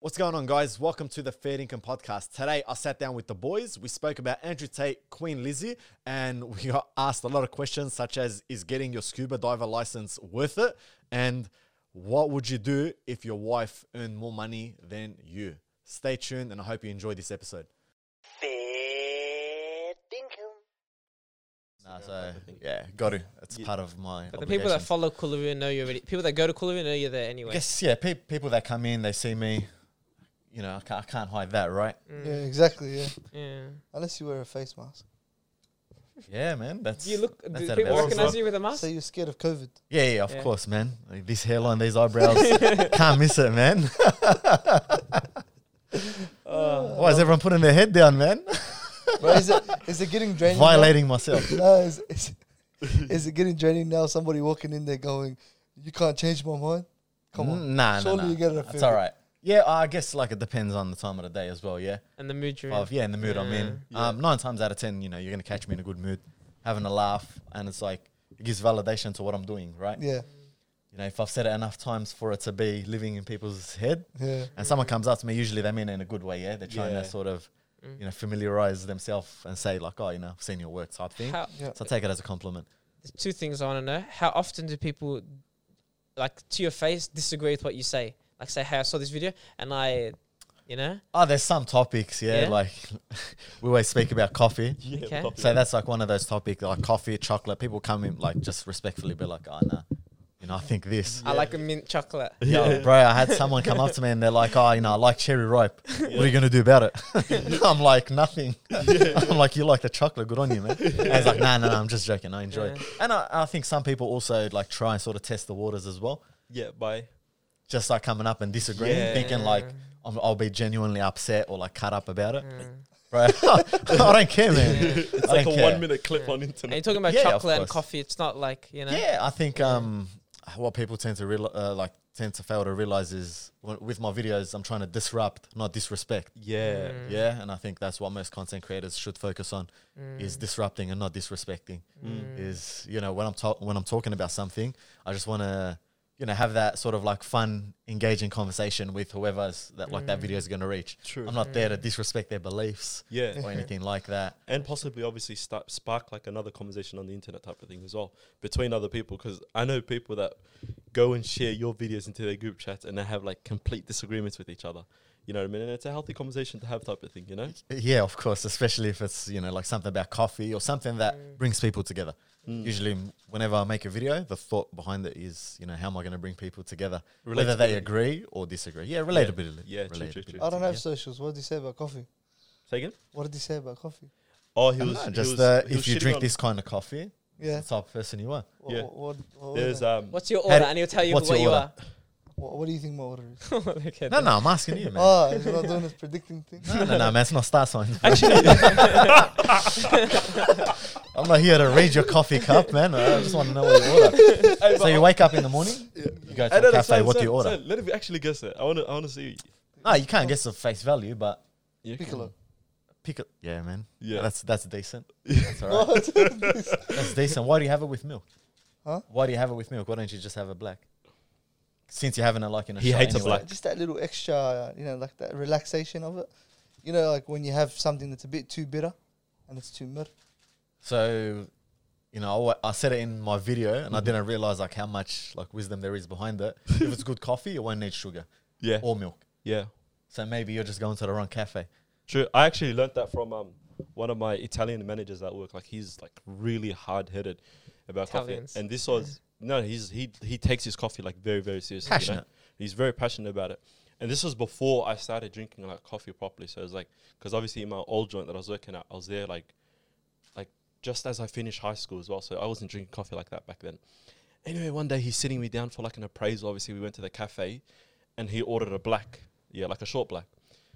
What's going on, guys? Welcome to the Fair Income Podcast. Today, I sat down with the boys. We spoke about Andrew Tate, Queen Lizzie, and we got asked a lot of questions, such as Is getting your scuba diver license worth it? And what would you do if your wife earned more money than you? Stay tuned, and I hope you enjoy this episode. Fair dinkum. Nah, so, yeah, got to. It's part of my. But the people that follow Kuluru know you already. People that go to Kuluru know you're there anyway. Yes, yeah, pe- people that come in, they see me. You know, I can't, I can't hide that, right? Yeah, exactly. Yeah, Mm, Yeah. unless you wear a face mask. Yeah, man. That's Do you look? that's out Do of people our- recognize you with a mask? So you're scared of COVID. Yeah, yeah, of Yeah. course, man. Like, this hairline, these eyebrows, can't miss it, man. Uh, Why is everyone putting their head down, man? Bro, is it is it getting draining? now? Violating myself. No, is, is, is it getting draining now? Somebody walking in there going, "You can't change my mind." Come on. Mm, Nah, nah, Surely nah. you get it It's offended. all right. Yeah, I guess like it depends on the time of the day as well. Yeah, And the mood you're in. Of- yeah, in the mood I'm in. Yeah. Um, nine times out of ten, you know, you're gonna catch me in a good mood, having a laugh, and it's like it gives validation to what I'm doing, right? Yeah, You know, if I've said it enough times for it to be living in people's head, yeah. and someone comes up to me, usually they mean it in a good way, yeah? They're trying Yeah. to sort of, you know, familiarize themselves and say, like, oh, you know, I've seen your work type thing. How, Yeah. so I take it as a compliment. there's two things I want to know. How often do people, like to your face, disagree with what you say? Like say, hey, I saw this video and I, you know, Oh, there's some topics, yeah, Yeah? like we always speak about coffee. Yeah, Okay. copy So that. that's like one of those topics, like coffee, chocolate. People come in, like, just respectfully be like, oh, no, you know, I think this. I like a mint chocolate. Yo, bro, I had someone come up to me and they're like, oh, you know, I like cherry ripe. What are you going to do about it? I'm like, nothing. I'm like, you like the chocolate. Good on you, man. And it's like, no, no, no, I'm just joking. I enjoy it. Yeah. And I, I think some people also like try and sort of test the waters as well. Yeah, bye. Just like coming up and disagreeing, Yeah. thinking like, I'm, I'll be genuinely upset or like cut up about it. Bro, I don't care, man. It's I like a don't care. one minute clip Yeah. on And you're internet. talking about Yeah, of chocolate and course. coffee. It's not like you know. Yeah, I think um, what people tend to real, uh, like tend to fail to realize is w- with my videos, I'm trying to disrupt, not disrespect. Yeah. Yeah, and I think that's what most content creators should focus on is disrupting and not disrespecting. Is you know when I'm talk when I'm talking about something, I just want to you know have that sort of like fun, engaging conversation with whoever's that like that video is going to reach. True. I'm not there to disrespect their beliefs Yeah. or anything like that. And possibly, obviously, start, spark like another conversation on the internet type of thing as well between other people. Because I know people that go and share your videos into their group chats and they have like complete disagreements with each other. You know what I mean? And it's a healthy conversation to have type of thing, you know? Yeah, of course, especially if it's you know like something about coffee or something that Mm. brings people together. Usually, m- whenever I make a video, the thought behind it is you know how am I going to bring people together, whether they Relatability. agree or disagree. Yeah, relatability. Oh, Yeah, true, true, true. I don't have Yeah. socials. What did he say about coffee? Say again? What did he say about coffee? Oh, he I was don't know, he just was- uh, he was if you shitting drink on- this kind of coffee, Yeah. the type of person you are. What, Yeah. What, what, what, order- uh, There's um, What's your How order? do- and he'll tell you what's what your you order? are. what, what do you think my order is? Look at No, that. no, I'm asking you, man. Oh, he's not doing his predicting thing. No, no, no, man, it's not star signs. bro. I'm not here to read your coffee cup, man. I just want to know what you order. Hey, So you wake up in the morning, you go to Hey, a no, no, cafe. Sam, What do you Sam, order? Sam, Let me actually guess it. I want to. I want to see. No, you can't guess the face value, but You can- Piccolo. pick it. Yeah, man. Yeah. that's that's decent. That's all right. that's decent. Why do you have it with milk? Huh? Why do you have it with milk? Why don't you just have it black? Since you're having it like in a He shot hates it anyway. black. just that little extra, you know, like that relaxation of it. You know, like when you have something that's a bit too bitter and it's too mid. So, you know, I wa- I, said it in my video, and Mm-hmm. I didn't realize like how much like wisdom there is behind it. if it's good coffee, you won't need sugar Yeah. or milk. Yeah. So maybe you're just going to the wrong cafe. True. I actually learnt that from um one of my Italian managers at work. Like he's like really hard headed about Italians. coffee. And this was no, he's he he takes his coffee like very very seriously. you know? Passionate. He's very passionate about it. And this was before I started drinking like coffee properly. So it was like because obviously in my old joint that I was working at, I was there like like just as I finished high school as well. So I wasn't drinking coffee like that back then. Anyway, one day he's sitting me down for like an appraisal. Obviously, we went to the cafe and he ordered a black, yeah, like a short black.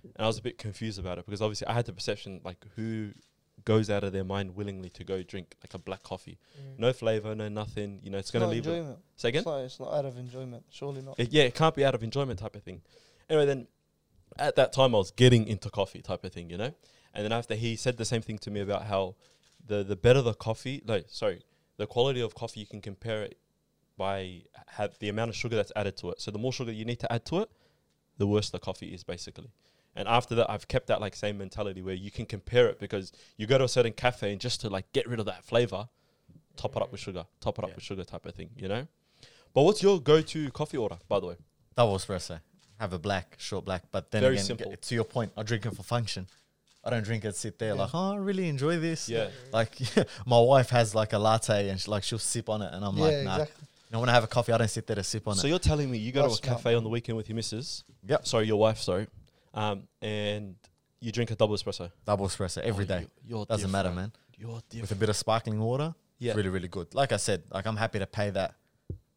And I was a bit confused about it because obviously I had the perception like who goes out of their mind willingly to go drink like a black coffee, no flavor, no nothing. You know, it's gonna not leave. It. enjoyment. Say again. It's not, it's not out of enjoyment. Surely not. It- yeah, it can't be out of enjoyment type of thing. Anyway, then at that time I was getting into coffee type of thing, you know. And then after he said the same thing to me about how the the better the coffee, no, sorry, the quality of coffee you can compare it by have the amount of sugar that's added to it. So the more sugar you need to add to it, the worse the coffee is, basically. And after that, I've kept that like same mentality where you can compare it because you go to a certain cafe and just to like get rid of that flavor, top it up with sugar, top it up Yeah. with sugar type of thing, you know. But what's your go-to coffee order, by the way? Double espresso. Have a black, short black. But then Very again, simple. get- to your point, I drink it for function. I don't drink it. Sit there like, oh, I really enjoy this. Yeah. Like my wife has like a latte and she, like she'll sip on it, and I'm like, Yeah, nah. exactly. You know, when I have a coffee, I don't sit there to sip on So it. you're telling me you go to a That's smart. cafe on the weekend with your missus? Yep. Sorry, your wife. Sorry, um, and you drink a double espresso Double espresso Oh, every day. You, are Doesn't matter, man. You're With Oh, different. a bit of sparkling water, Yeah. really, really good. Like I said, like I'm happy to pay that.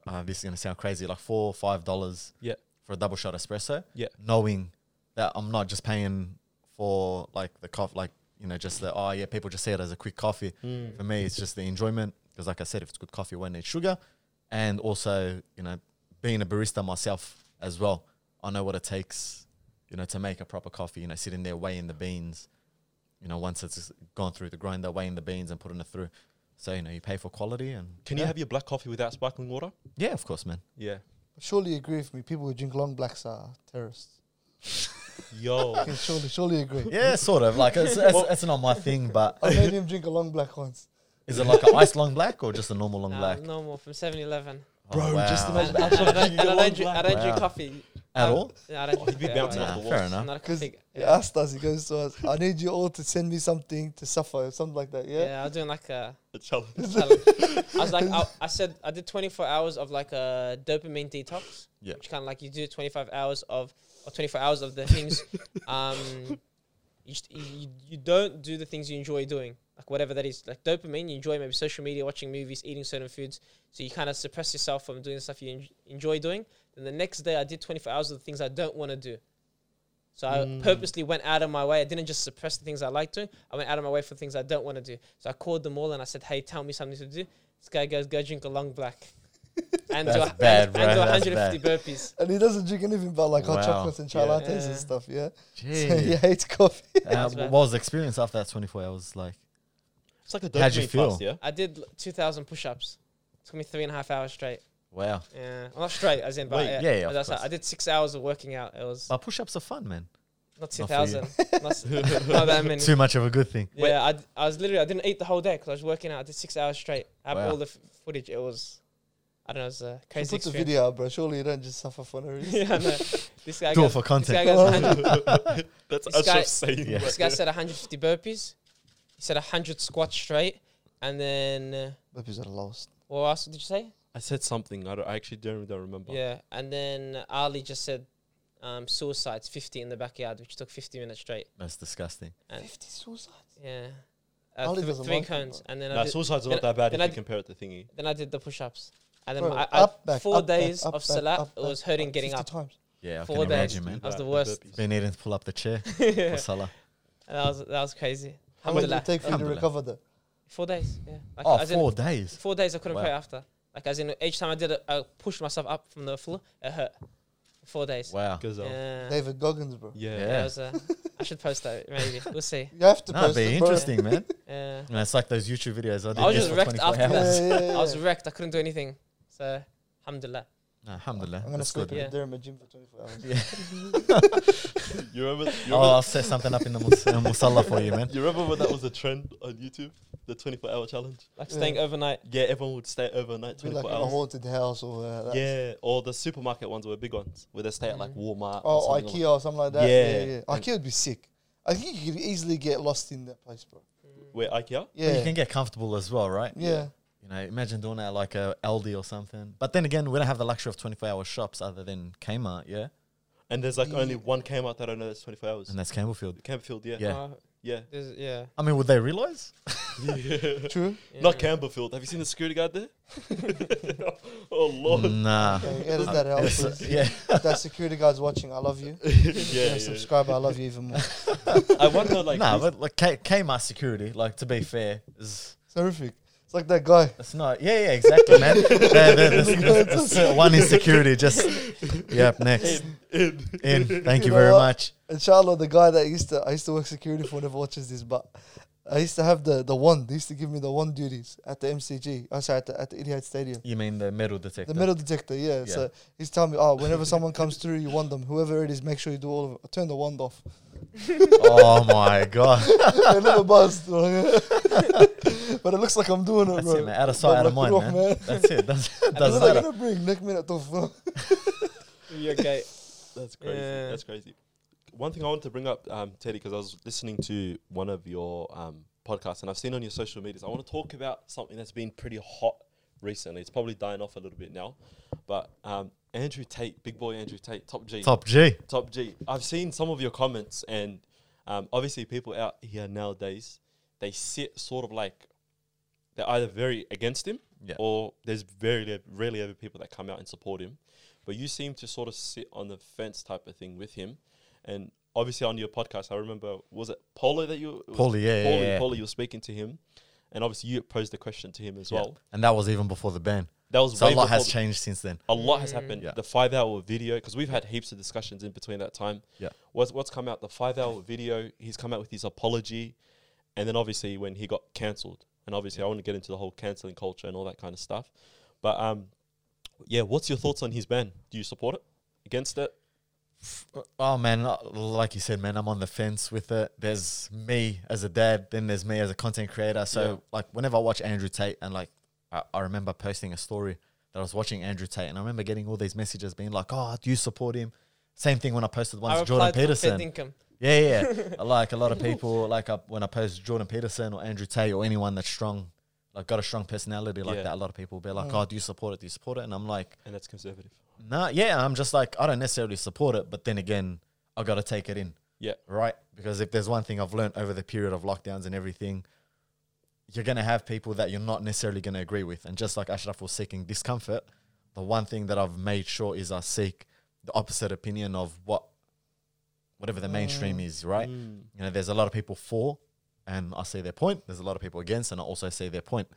Uh, this is gonna sound crazy, like four, five dollars Yeah. for a double shot espresso. Yeah. knowing that I'm not just paying for like the coffee, like you know, just the oh yeah, people just see it as a quick coffee. Mm. For me, it's just the enjoyment because, like I said, if it's good coffee, I won't need sugar, and also you know, being a barista myself as well, I know what it takes, you know, to make a proper coffee. You know, sitting there weighing the beans, you know, once it's gone through the grinder, weighing the beans and putting it through. So you know, you pay for quality and Can you have your black coffee without sparkling water? yeah, of course, man. Yeah. Surely you agree with me. People who drink long blacks are terrorists. Yo. You can surely, surely agree. Yeah, sort of. Like it's, it's, it's not my thing, but I made him drink a long black once. is it like an ice long black or just a normal long Nah, black? Oh, No more from 7 Eleven. Bro, just And and I don't and I don't drink- I don't drink Wow. coffee. At all? No, I don't drink He'd be coffee at bouncing all. off Nah, the fair walls. enough. Not a Because coffee- he yeah. asked us, he goes to us, I need you all to send me something to suffer, something like that. Yeah. Yeah, I was doing like a. The challenge. I was like, I, I said, I did 24 hours of like a dopamine detox. Yeah. Which kind of like you do 25 hours of, or 24 hours of the things, um, you, just, you- you you don't do the things you enjoy doing, like whatever that is, like dopamine. You enjoy maybe social media, watching movies, eating certain foods. So you kind of suppress yourself from doing stuff you en- enjoy doing. Then the next day, I did 24 hours of the things I don't want to do. So I Mm. purposely went out of my way. I didn't just suppress the things I like doing. I went out of my way for things I don't want to do. So I called them all and I said, "Hey, tell me something to do." This guy goes, "Go drink a long black." And do, That's a- bad, and, bro. and do That's 150 burpees. And he doesn't drink anything but like hot Wow. chocolates and chai Yeah. lattes Yeah. and stuff. Yeah. So he Jeez. hates coffee. Uh, That's wh- bad. what was the experience after that 24 hours like? It's like a How'd you dopamine feel? fast, yeah. I did l- 2,000 push-ups. took me three and a half hours straight. Wow. Yeah, well, not straight as in, but Wait, yeah, yeah, but of that's how- course. I did six hours of working out. It was But push ups are fun, man. not you. 2,000. not, s- not that many. Too much of a good thing. Yeah, I, d- I was literally I didn't eat the whole day because I was working out. I did six hours straight. I have Wow. all the f- footage. It was, I don't know, it was a He crazy puts a experience. video out, bro. Surely you don't just suffer for no reason. yeah, I know. This guy Do it goes, for this guy content. goes, "100 That's This guy- Ashraf saying. Yeah. that. this guy said 150 burpees. He said 100 squats straight, and then uh, Burpees are lost. what else did you say? I said something. I, don't, I actually don't, don't remember. Yeah, and then Ali just said um, suicides 50 in the backyard, which took 50 minutes straight. That's disgusting. And- 50 suicides. Yeah, uh, Ali th- doesn't three like it, cones, and then I Nah, did, suicide's then not that bad then if I you d- compare it to thingy. then I did the push-ups, and then Bro, I, I- up, back, four up, back, days up, of back, salat, up, it was back, hurting up, getting 50 up. times. Yeah, I Four can days. imagine, man. That was the Nah, worst. burpees. Been needing to pull up the chair for and Salah. that was that was crazy. How long did Alhamdulillah. it take for you to Alhamdulillah. recover that? Four days. Yeah. Like, Oh, as in- four days. four days I couldn't Wow. pray after. Like as in each time I did it, I pushed myself up from the floor. It hurt. Four days. Wow. Because um, Yeah. David Goggins, bro. yeah. Yeah. Yeah, it was, uh, I should post that maybe. We'll see. You have to That'd post be it, bro. interesting, man. Yeah. And it's like those YouTube videos I did was just just for wrecked 24 after Yeah, hours. that. yeah, I yeah, was yeah. wrecked. I couldn't do anything. So, alhamdulillah. Nah, Alhamdulillah. I'm gonna That's sleep good, in man. man. there in my gym for 24 hours. Yeah. You remember? You Oh, remember, I'll set something up in the mus- uh, Musalla for you, man. you remember when that was a trend on YouTube? The 24 hour challenge? Like Yeah. staying overnight. Yeah, everyone would stay overnight Be 24 like in a hours. haunted house or uh, that. Yeah, or the supermarket ones were big ones where they stay at like Mhm. Walmart. Oh, or something IKEA or something like that. Yeah, Yeah. yeah. IKEA would be sick. I think you could easily get lost in that place, bro. Oh, Like, where IKEA? But You Yeah, can get comfortable as well, right? yeah. You know, imagine doing that like a LD or something. But then again, we don't have the luxury of 24 hour shops other than Kmart, yeah? And there's like only Yeah. one Kmart that I know that's 24 hours. And that's Campbellfield. Campbellfield, yeah. Yeah. Uh, Yeah. there's- yeah. I mean, would they realize? True. yeah. Not Campbellfield. Have you seen the security guard there? oh, Mm. Lord. Nah. Okay, edit that out, It's- please. yeah. If that security guard's watching. I love you. yeah, Yeah, yeah. subscriber. I love you even more. I wonder, like, nah, these- but like K- Kmart security, like to be fair, is It's horrific. It's like that guy. it's not. Yeah, yeah, exactly, man. They're- they're- they're- they're- they're- one is security, just yep. Next in. in. Thank you You know very what? much. Inshallah, the guy that used to I used to work security for never watches this, but I used to have the, the one. They used to give me the one duties at the MCG. Oh, sorry, at the, at the Etihad Stadium. You mean the metal detector? The metal detector, yeah. Yeah. So he's telling me, oh, whenever someone comes through, you want them. Whoever it is, make sure you do all of it. Turn the wand off. oh my god! I never buzzed. but it looks like I'm doing it, That's bro. it, man. Out of sight, out of Knock mind, it off, man. That's it. That's, That's doesn't like, matter. Oh, gonna bring neck minute off. Yeah, okay. That's crazy. Yeah. That's crazy. One thing I wanted to bring up, um, Teddy, because I was listening to one of your um, podcasts and I've seen on your social medias. I want to talk about something that's been pretty hot recently. It's probably dying off a little bit now, but um, Andrew Tate, big boy Andrew Tate, top G, Top G. Top G. I've seen some of your comments, and um, obviously, people out here nowadays they sit sort of like they're either very against him, Yeah. or there's very li- rarely ever people that come out and support him. But you seem to sort of sit on the fence type of thing with him, and obviously on your podcast, I remember was it Polo that you Paulie, yeah, yeah, Paulie, yeah. Paulie, you were speaking to him, and obviously you posed the question to him as well. And that was even before the ban. That was So a way lot has before- changed since then. a lot has happened. Yeah. The five hour video, because we've had heaps of discussions in between that time. Yeah. What's, what's come out? The five hour video, he's come out with his apology. And then obviously when he got cancelled. And obviously I want to get into the whole cancelling culture and all that kind of stuff. But um, yeah, what's your thoughts on his ban? Do you support it? Against it? Oh man, uh, like you said, man, I'm on the fence with it. There's me as a dad, then there's me as a content creator. So Yeah. like whenever I watch Andrew Tate and like I, I remember posting a story that I was watching Andrew Tate and I remember getting all these messages being like, Oh, do you support him? Same thing when I posted I once Jordan replied for Peterson. Fifth income. Yeah, yeah. I like a lot of people, like I, when I post Jordan Peterson or Andrew Tate or anyone that's strong, like got a strong personality like Yeah. that, a lot of people be like, oh, do you support it? Do you support it? And I'm like, And that's conservative. nah, yeah. I'm just like, I don't necessarily support it, but then again, I got to take it in, Yeah. right? Because if there's one thing I've learned over the period of lockdowns and everything, you're going to have people that you're not necessarily going to agree with. And just like Ashraf was seeking discomfort, the one thing that I've made sure is I seek the opposite opinion of what whatever the mainstream is, right? Mm. You know, there's a lot of people for, and I see their point. There's a lot of people against, and I also see their point.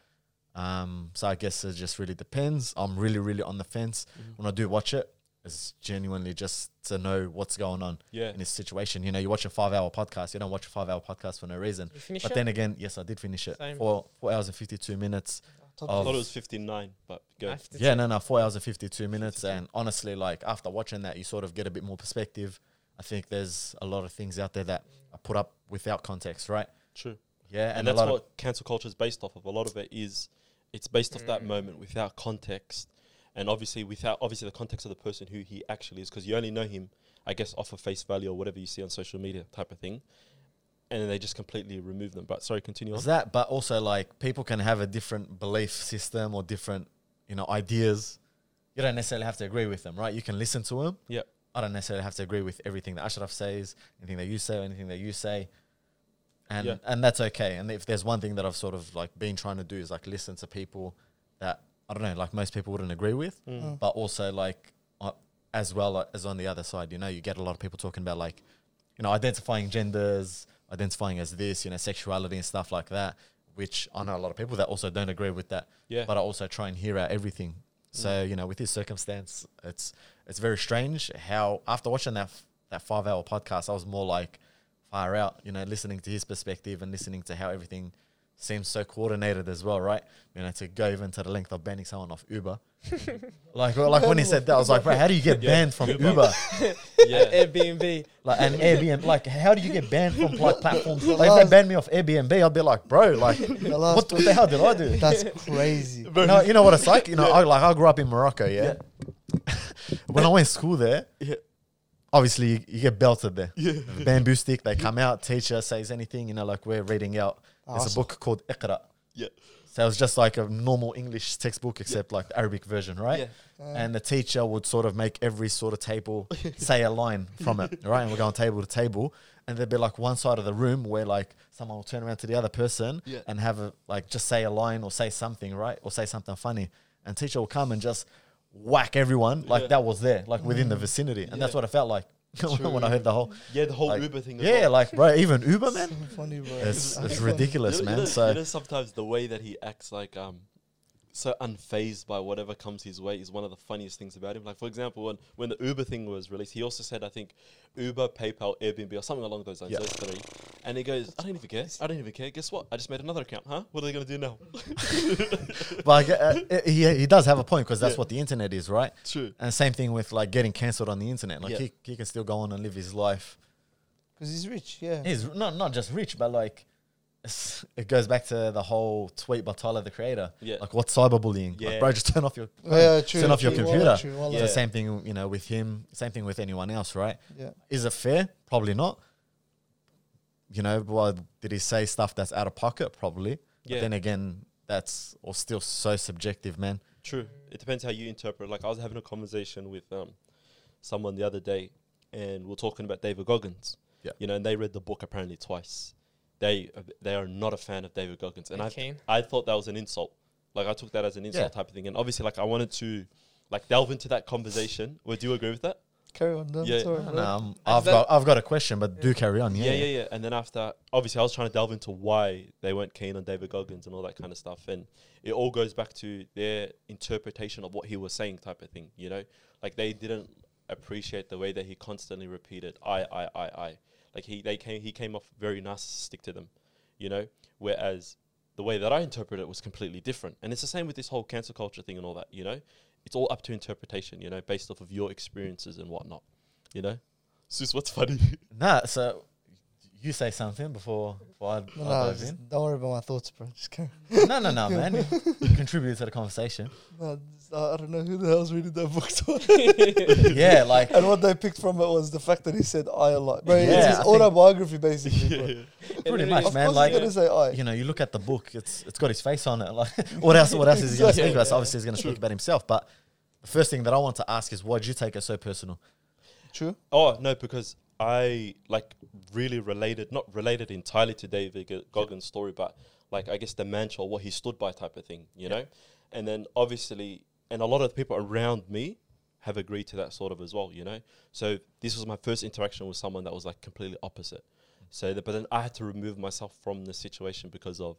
Um, so I guess it just really depends. I'm really, really on the fence. Mm-hmm. When I do watch it, it's genuinely just to know what's going on Yeah. in this situation. You know, you watch a five hour podcast, you don't watch a five hour podcast for no reason. You finish But it? then again, yes, I did finish it. Same. Four, four hours and 52 minutes. I of- thought it was 59, but go. I have to yeah, no, no, four hours and 52 minutes. And honestly, like after watching that, you sort of get a bit more perspective. I think there's a lot of things out there that are put up without context, right? True. Yeah. and, a that's lot of, what cancel culture is based off of. A lot of it is it's based off that moment without context, and obviously without obviously the context of the person who he actually is, because you only know him, I guess, off of face value or whatever you see on social media type of thing, and then they just completely remove them. But sorry, continue on. There's that, but also like people can have a different belief system or different, you know, ideas. You don't necessarily have to agree with them, right? You can listen to them. Yeah, I don't necessarily have to agree with everything that Ashraf says, anything that you say, or anything that you say. And Yeah. and that's okay. And if there's one thing that I've sort of like been trying to do is like listen to people that I don't know, like most people wouldn't agree with, Mm. but also like uh, as well as on the other side, you know, you get a lot of people talking about like, you know, identifying genders, identifying as this, you know, sexuality and stuff like that, which I know a lot of people that also don't agree with that. Yeah. But I also try and hear out everything. So Mm. you know, with this circumstance, it's it's very strange how after watching that f- that five hour podcast, I was more like far out. You know, listening to his perspective and listening to how everything seems so coordinated as well, right? You know, to go even to the length of banning someone off Uber, like well, like when he said that, I was like, bro, how do you get Yeah, banned from Uber. Uber? yeah, Airbnb. Like and Airbnb, like how do you get banned from like platforms? the Like if last- they banned me off Airbnb, I'd be like, bro, like last what, what the hell did I do? That's crazy. No, you know what it's like. You know, I, like I grew up in Morocco. Yeah. when I went to school there, yeah, obviously you, you get belted there. The bamboo stick. They come out. Teacher says anything. You know, like we're reading out. There's a Awesome. book called Iqra. yeah. So it was just like a normal English textbook, except like the Arabic version, right? And the teacher would sort of make every sort of table say a line from it, right? And we're going table to table. And there'd be like one side of the room where like someone will turn around to the other person Yeah. and have a like just say a line or say something, right? Or say something funny. And teacher will come and just whack everyone like Yeah. that was there, like within the vicinity. And that's Yeah. what it felt like when I heard the whole Yeah, the whole like- Uber thing. as Yeah, well. like bro, even Uber man. Funny, bro. It's, That's it's funny. ridiculous, you know, man. You know, So you know sometimes the way that he acts like um so unfazed by whatever comes his way is one of the funniest things about him. Like for example, when when the Uber thing was released, he also said I think Uber, PayPal, Airbnb or something along those lines. Yeah. Those three. And he goes, I don't even care. I don't even care. Guess what? I just made another account, huh? What are they going to do now? But I get- uh, uh, he, he does have a point because that's what the internet is, right? True. And same thing with like getting cancelled on the internet. Like Yeah. he, he can still go on and live his life. because he's rich. Yeah, He's not not just rich, but like it's, it goes back to the whole tweet by Tyler the Creator. Yeah. Like what's cyberbullying? Like Yeah. bro, just turn off your Yeah, true, turn off your true, computer. wallet, true, wallet. It's the Yeah. same thing, you know, with him. Same thing with anyone else, right? yeah. Is it fair? Probably not. You know, well, did he say stuff that's out of pocket? Probably. But Yeah. then again, that's or still so subjective, man. True. It depends how you interpret. Like I was having a conversation with um, someone the other day, and we are talking about David Goggins. Yeah. You know, and they read the book apparently twice. They they are not a fan of David Goggins, and Okay. I I thought that was an insult. Like I took that as an insult type of thing, and obviously, like I wanted to like delve into that conversation. Would you agree with that? Carry on. Then. Yeah. Sorry, No, bro. no, I'm- I've that- got I've got a question, but do carry on. Yeah, yeah, yeah, yeah. And then after, obviously, I was trying to delve into why they weren't keen on David Goggins and all that kind of stuff. And it all goes back to their interpretation of what he was saying, type of thing. You know, like they didn't appreciate the way that he constantly repeated "I, I, I, I." Like he, they came, he came off very narcissistic to them. You know, whereas the way that I interpret it was completely different. And it's the same with this whole cancel culture thing and all that. You know, it's all up to interpretation. You know, based off of your experiences and whatnot. You know, Sus, what's funny? Nah, so you say something before, before I, No, I no, dive just in. don't worry about my thoughts, bro. Just carry. No, no, no, man. You contributed to the conversation. No, just- I I don't know who the hell's reading that book to. Yeah, like and what they picked from it was the fact that he said I a lot. Bro, Yeah, it's his I think- autobiography basically. Bro. pretty It much, Of is. man. course Like he's gonna say I. you know, you look at the book; it's it's got his face on it. Like what else? What else is he going to Exactly. speak about? So obviously, he's going to speak about himself. But the first thing that I want to ask is, why did you take it so personal? True. Oh no, because I like really related, not related entirely to David G- Goggins' story, but like I guess the mantra, what he stood by, type of thing, you know. And then obviously, and a lot of the people around me have agreed to that sort of as well, you know. So this was my first interaction with someone that was like completely opposite. So, that, but then I had to remove myself from the situation because of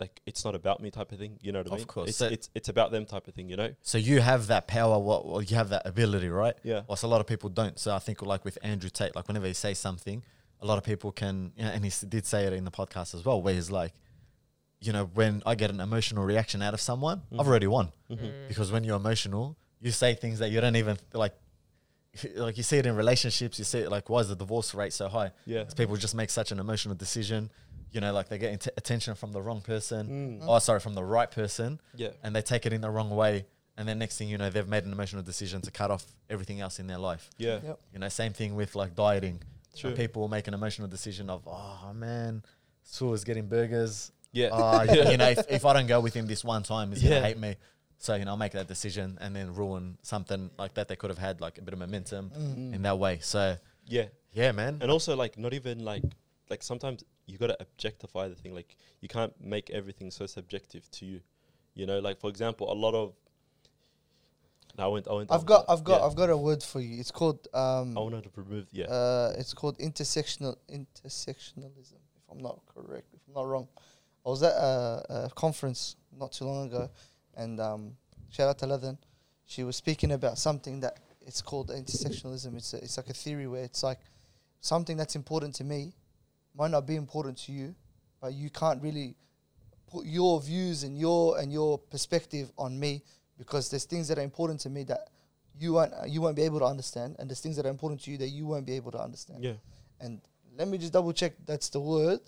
like it's not about me type of thing, you know what I Of mean? course. it's, So- it's it's about them type of thing, you know. So you have that power, what or you have that ability, right? Yeah. Whilst a lot of people don't. So I think like with Andrew Tate, like whenever he says something, a lot of people can, you know, and he s- did say it in the podcast as well, where he's like, you know, when I get an emotional reaction out of someone, Mm-hmm. I've already won. Because when you're emotional, you say things that you don't even like. Like you see it in relationships, you see it like why is the divorce rate so high? Yeah. It's people just make such an emotional decision, you know, like they're getting t- attention from the wrong person. Mm. Oh, sorry, from the right person Yeah. and they take it in the wrong way and then next thing you know they've made an emotional decision to cut off everything else in their life Yeah. Yep. you know same thing with like dieting Like, True. people will make an emotional decision of oh man Sue is getting burgers Yeah. Ah, you know if, if i don't go with him this one time he's Yeah. gonna hate me so you know i'll make that decision and then ruin something like that they could have had like a bit of momentum in that way so Yeah. yeah man Mm. and also like not even like like sometimes you gotta objectify the thing like you can't make everything so subjective to you you know like for example a lot of no, I went, I went I've got I've got I've got a word for you. It's called um I Oh, wanted to remove yeah uh it's called intersectional intersectionalism, if I'm not correct, if I'm not wrong. I was at a, a conference not too long ago and um shout out to Leathen. She was speaking about something that it's called intersectionalism. It's a, it's like a theory where it's like something that's important to me might not be important to you, but you can't really put your views and your and your perspective on me because there's things that are important to me that you won't you won't be able to understand, and there's things that are important to you that you won't be able to understand. yeah And let me just double check that's the word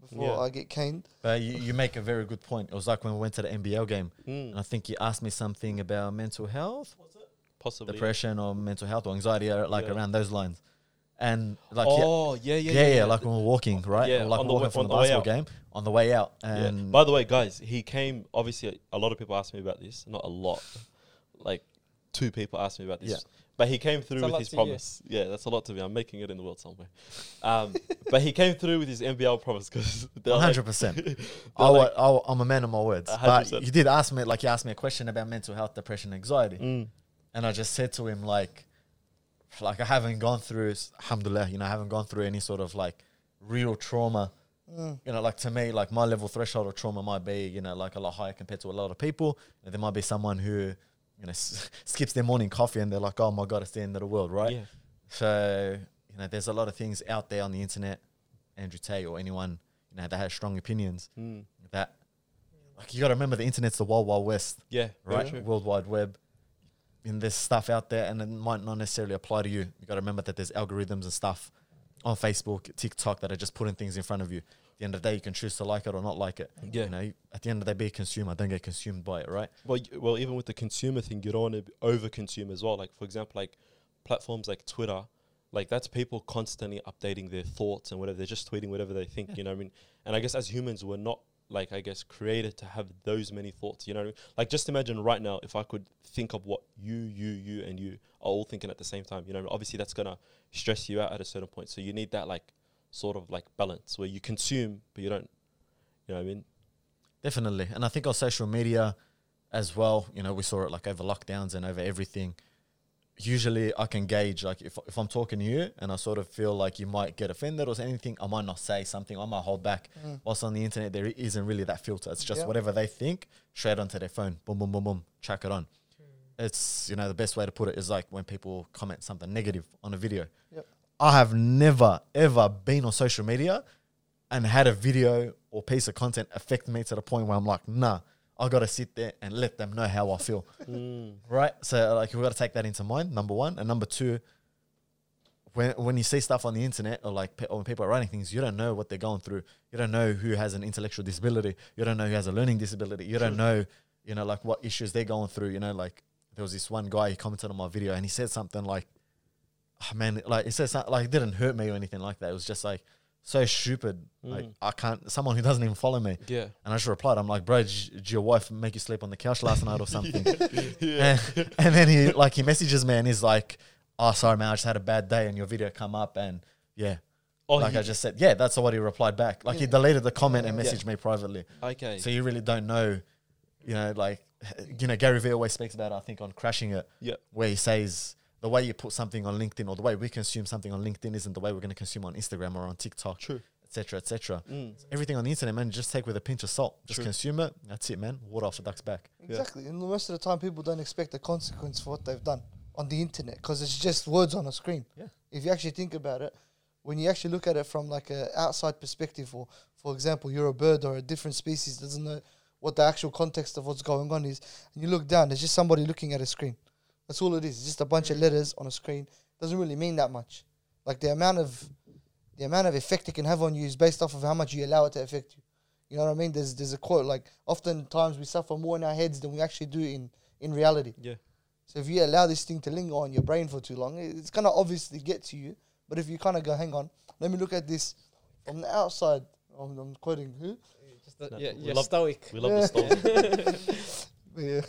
before Yeah. I get caned. but you, you make a very good point it was like when we went to the nbl game Mm. and i think you asked me something about mental health possibly depression or mental health or anxiety or like Yeah. around those lines. And like oh yeah yeah yeah, yeah, yeah, like when we're walking, right? Yeah, Or like on we're the walking way- from on the the way basketball game on the way out. Yeah. And By the way, guys, he came. Obviously, a lot of people asked me about this. Not a lot, like two people asked me about this. Yeah. But he came through It's a with lot his to you. promise. Yeah, that's a lot to me. I'm making it in the world somewhere. Um, but he came through with his NBL promise because one hundred percent. they're I like- wa- I am a man of my words. A hundred But percent. you did ask me, like you asked me a question about mental health, depression, anxiety, Mm. and I just said to him like, like I haven't gone through, s- alhamdulillah, you know, I haven't gone through any sort of like real trauma. Mm. You know, like to me, like my level threshold of trauma might be, you know, like a lot higher compared to a lot of people. And there might be someone who, you know, s- skips their morning coffee and they're like, oh my god, it's the end of the world, right? Yeah. So you know, there's a lot of things out there on the internet Andrew Tate or anyone you know that has strong opinions. Mm. That like you got to remember the internet's the wild wild west, Yeah, very right? true. World Wide Web. And there's stuff out there, and it might not necessarily apply to you. You got to remember that there's algorithms and stuff on Facebook, TikTok that are just putting things in front of you. At the end of the day, you can choose to like it or not like it. Yeah. You know, you- at the end of the day, be a consumer. Don't get consumed by it, right? Well, y- well, even with the consumer thing, you don't want to over consume as well. Like for example, like platforms like Twitter, like that's people constantly updating their thoughts and whatever. They're just tweeting whatever they think. You know what I mean? And I guess as humans, we're not like I guess created to have those many thoughts. You know what I mean? Like just imagine right now if I could think of what you, you, you, and you are all thinking at the same time. You know, what I mean? obviously that's gonna stress you out at a certain point. So you need that like sort of like balance where you consume but you don't. You know what I mean? Definitely. And I think on social media as well, you know, we saw it like over lockdowns and over everything. Usually I can gauge like if, if I'm talking to you and I sort of feel like you might get offended or anything, I might not say something, I might hold back. Whilst on the internet, there isn't really that filter. It's just Mm. Yeah. whatever they think, straight onto their phone, boom, boom, boom, boom, chuck it on. It's, you know, the best way to put it is like when people comment something negative on a video. Yep. I have never, ever been on social media and had a video or piece of content affect me to the point where I'm like, nah, I gotta sit there and let them know how I feel. Mm. Right? So uh, like we gotta take that into mind, number one. And number two, when when you see stuff on the internet or like pe- or when people are writing things, you don't know what they're going through. You don't know who has an intellectual disability. You don't know who has a learning disability. You don't know, you know, like what issues they're going through. You know, like there was this one guy he commented on my video and he said something like, oh, "Man, like it says like it didn't hurt me or anything like that. It was just like so stupid. Like I can't. Someone who doesn't even follow me." Yeah. And I just replied, I'm like, bro, did, did your wife make you sleep on the couch last night or something? and, and then he like he messages me and he's like, oh, sorry, man, I just had a bad day and your video come up and yeah. Oh, like he- I just said, yeah, that's what he replied back. Like he deleted the comment and messaged me privately. Okay. So you really don't know, you know, like, you know, Gary Vee always speaks about, I think, on crashing it, Yeah. where he says the way you put something on LinkedIn or the way we consume something on LinkedIn isn't the way we're going to consume on Instagram or on TikTok. True. Mm. Et cetera, et cetera. Everything on the internet, man, just take with a pinch of salt. Just True. consume it. That's it, man. Water off the duck's back. Exactly. And most of the time, people don't expect the consequence for what they've done on the internet because it's just words on a screen. Yeah. If you actually think about it, when you actually look at it from like an outside perspective, or for example, you're a bird or a different species doesn't know what the actual context of what's going on is, and you look down, it's just somebody looking at a screen. That's all it is. It's just a bunch of letters on a screen. Doesn't really mean that much. Like the amount of the amount of effect it can have on you is based off of how much you allow it to affect you. You know what I mean? There's there's a quote like oftentimes we suffer more in our heads than we actually do in in reality. Yeah. So if you allow this thing to linger on your brain for too long, it- it's gonna obviously get to you. But if you kind of go, hang on, let me look at this from the outside. I'm, I'm quoting who? Just that- No, yeah, we you're love- stoic. We love the story. Yeah.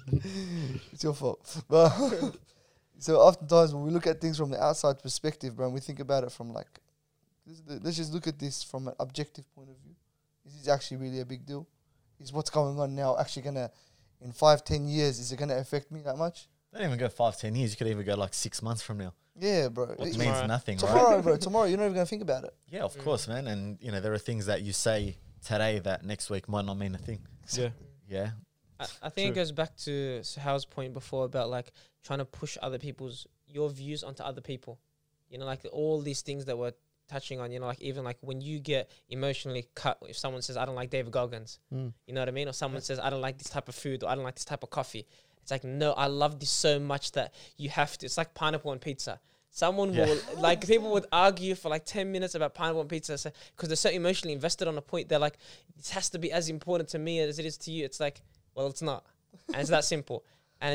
it's your fault. But so oftentimes when we look at things from the outside perspective, bro, and we think about it from like, this is the- let's just look at this from an objective point of view. Is this actually really a big deal? Is what's going on now actually gonna, in five, ten years, is it gonna affect me that much? Don't even go five, ten years. You could even go like six months from now. Yeah, bro. It It- means tomorrow? nothing, right? tomorrow, bro. Tomorrow, you're not even gonna think about it. Yeah, Mm. of course, man. And you know, there are things that you say today that next week might not mean a thing. yeah. Yeah. I, I think it True. goes back to Sahal's point before about like trying to push other people's your views onto other people. You know, like all these things that we're touching on. You know, like even like when you get emotionally cut if someone says I don't like David Goggins. You know what I mean? Or someone says I don't like this type of food or I don't like this type of coffee. It's like no, I love this so much that you have to. It's like pineapple on pizza. Someone Yeah. will like people would argue for like ten minutes about pineapple on pizza because they're so emotionally invested on a point. They're like, this has to be as important to me as it is to you. It's like, well, it's not, and it's that simple. And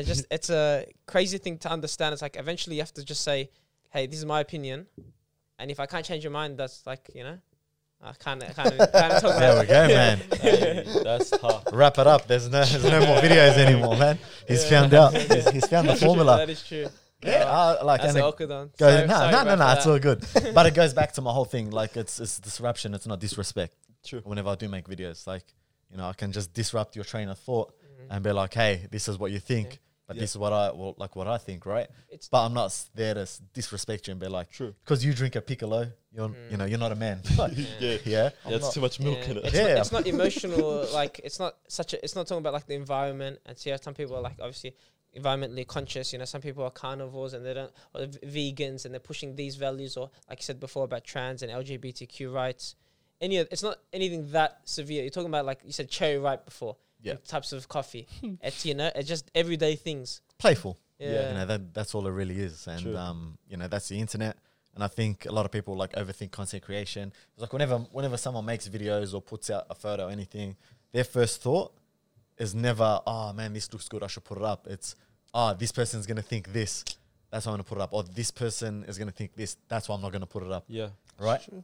it's just it's a crazy thing to understand. It's like eventually you have to just say, hey, this is my opinion, and if I can't change your mind, that's like you know, I can't I can't, can't talk There we about it. go, man. Hey, that's tough. Wrap it up. There's no, there's no more videos anymore, man. He's found out. He's, he's found the formula. that is true. Yeah, I, like That's and an it awkward one. goes- Sorry- no, sorry no, no, about no. It's that. all good. but it goes back to my whole thing. Like it's it's disruption. It's not disrespect. True. Whenever I do make videos, like you know, I can just disrupt your train of thought Mm. and be like, hey, this is what you think, but Yeah. this is what I well, like what I think, right? It's- but I'm not s- there to s- disrespect you and be like, True. because you drink a piccolo, you're you know you're not a man. Yeah. yeah. That's not- too much milk in It's, it. Yeah. not, it's not emotional. like it's not such a. It's not talking about like the environment. And see how some people are like obviously environmentally conscious. You know, some people are carnivores and they don't, or v- vegans, and they're pushing these values, or like I said before about trans and LGBTQ rights. Any, of, it's not anything that severe. You're talking about like you said cherry ripe before. Yeah. and Types of coffee. it's you know, it's just everyday things. Playful. Yeah. You know, that, that's all it really is. And, True. um, you know, that's the internet. And I think a lot of people like overthink content creation. It's like whenever, whenever someone makes videos or puts out a photo or anything, their first thought is never, oh man, this looks good. I should put it up. It's, oh, this person's going to think this. That's why I'm going to put it up. Or this person is going to think this. That's why I'm not going to put it up. Yeah. Right? True.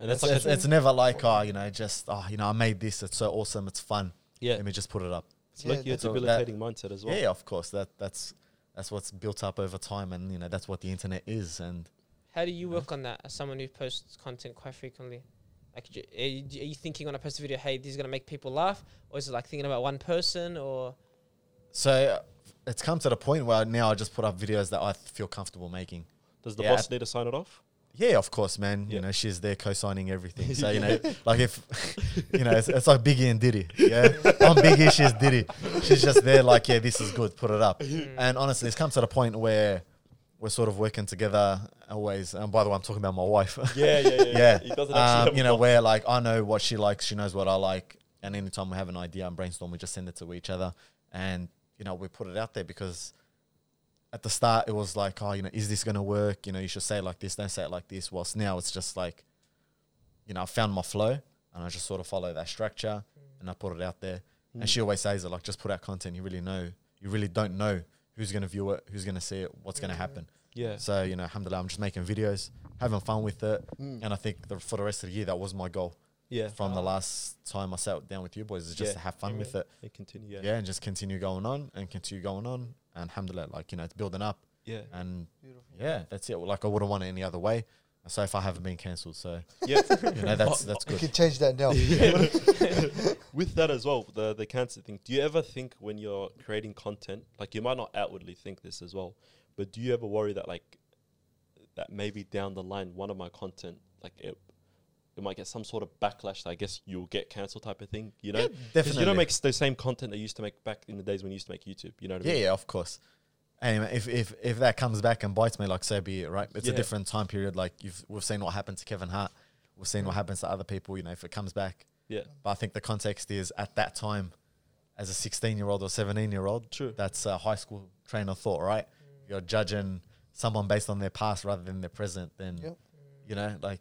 And that's, It's, like, it's, it's never like, oh, you know, just, oh, you know, I made this. It's so awesome. It's fun. yeah, Let me just put it up. it's Yeah, like your that's all- that- debilitating mindset as well. Yeah, yeah, of course. That that's that's what's built up over time, and you know that's what the internet is. And How do you Yeah. work on that as someone who posts content quite frequently? Like, j- are you, are you thinking when I post a video, hey, this is gonna make people laugh, or is it like thinking about one person, or so uh, it's come to the point where now I just put up videos that I feel comfortable making. Does the Yeah. boss need to sign it off? Yeah, of course, man. Yeah. You know she's there co-signing everything. So you know, like if you know, it's, it's like Biggie and Diddy. Yeah, I'm Biggie, she's Diddy. She's just there, like, yeah, this is good. Put it up. And honestly, it's come to the point where we're sort of working together always. And by the way, I'm talking about my wife. Yeah, yeah, yeah. yeah. He doesn't actually Um, have you a know, boss. where like I know what she likes, she knows what I like, and anytime we have an idea and brainstorm, we just send it to each other, and you know, we put it out there because at the start it was like, oh, you know, is this gonna work? You know, you should say it like this, don't say it like this. Whilst now it's just like, you know, I found my flow, and I just sort of follow that structure, and I put it out there. And Mm. she always says it like, just put out content. You really know, you really don't know who's gonna view it, who's gonna see it, what's gonna happen. Yeah. So you know, alhamdulillah, I'm just making videos, having fun with it, and I think the, for the rest of the year that was my goal. Mm. Yeah. Oh. From the last time I sat down with you boys, is just Yeah. to have fun with it, They continue. yeah. Yeah. and just continue going on and continue going on, and alhamdulillah, like you know, it's building up, Yeah. and Beautiful. yeah, that's it. Like I wouldn't want it any other way. So if I haven't been cancelled, so Yeah. you know, that's that's You good. can change that now. With that as well, the the cancer thing. Do you ever think when you're creating content, like you might not outwardly think this as well, but do you ever worry that like that maybe down the line one of my content like it it might get some sort of backlash that I guess you'll get cancelled type of thing, you know? Yeah, 'Cause You definitely. don't make s- the same content that you used to make back in the days when you used to make YouTube. You know what I Yeah, mean? yeah, of course. Anyway, if, if if that comes back and bites me, like so be it, right? It's a Yeah. different time period. Like you've we've seen what happened to Kevin Hart, we've seen Mm. what happens to other people. You know, if it comes back, Yeah. But I think the context is at that time, as a 16 year old or 17 year old, True. that's a high school train of thought, right? You're judging someone based on their past rather than their present. Then, Yep. you know, like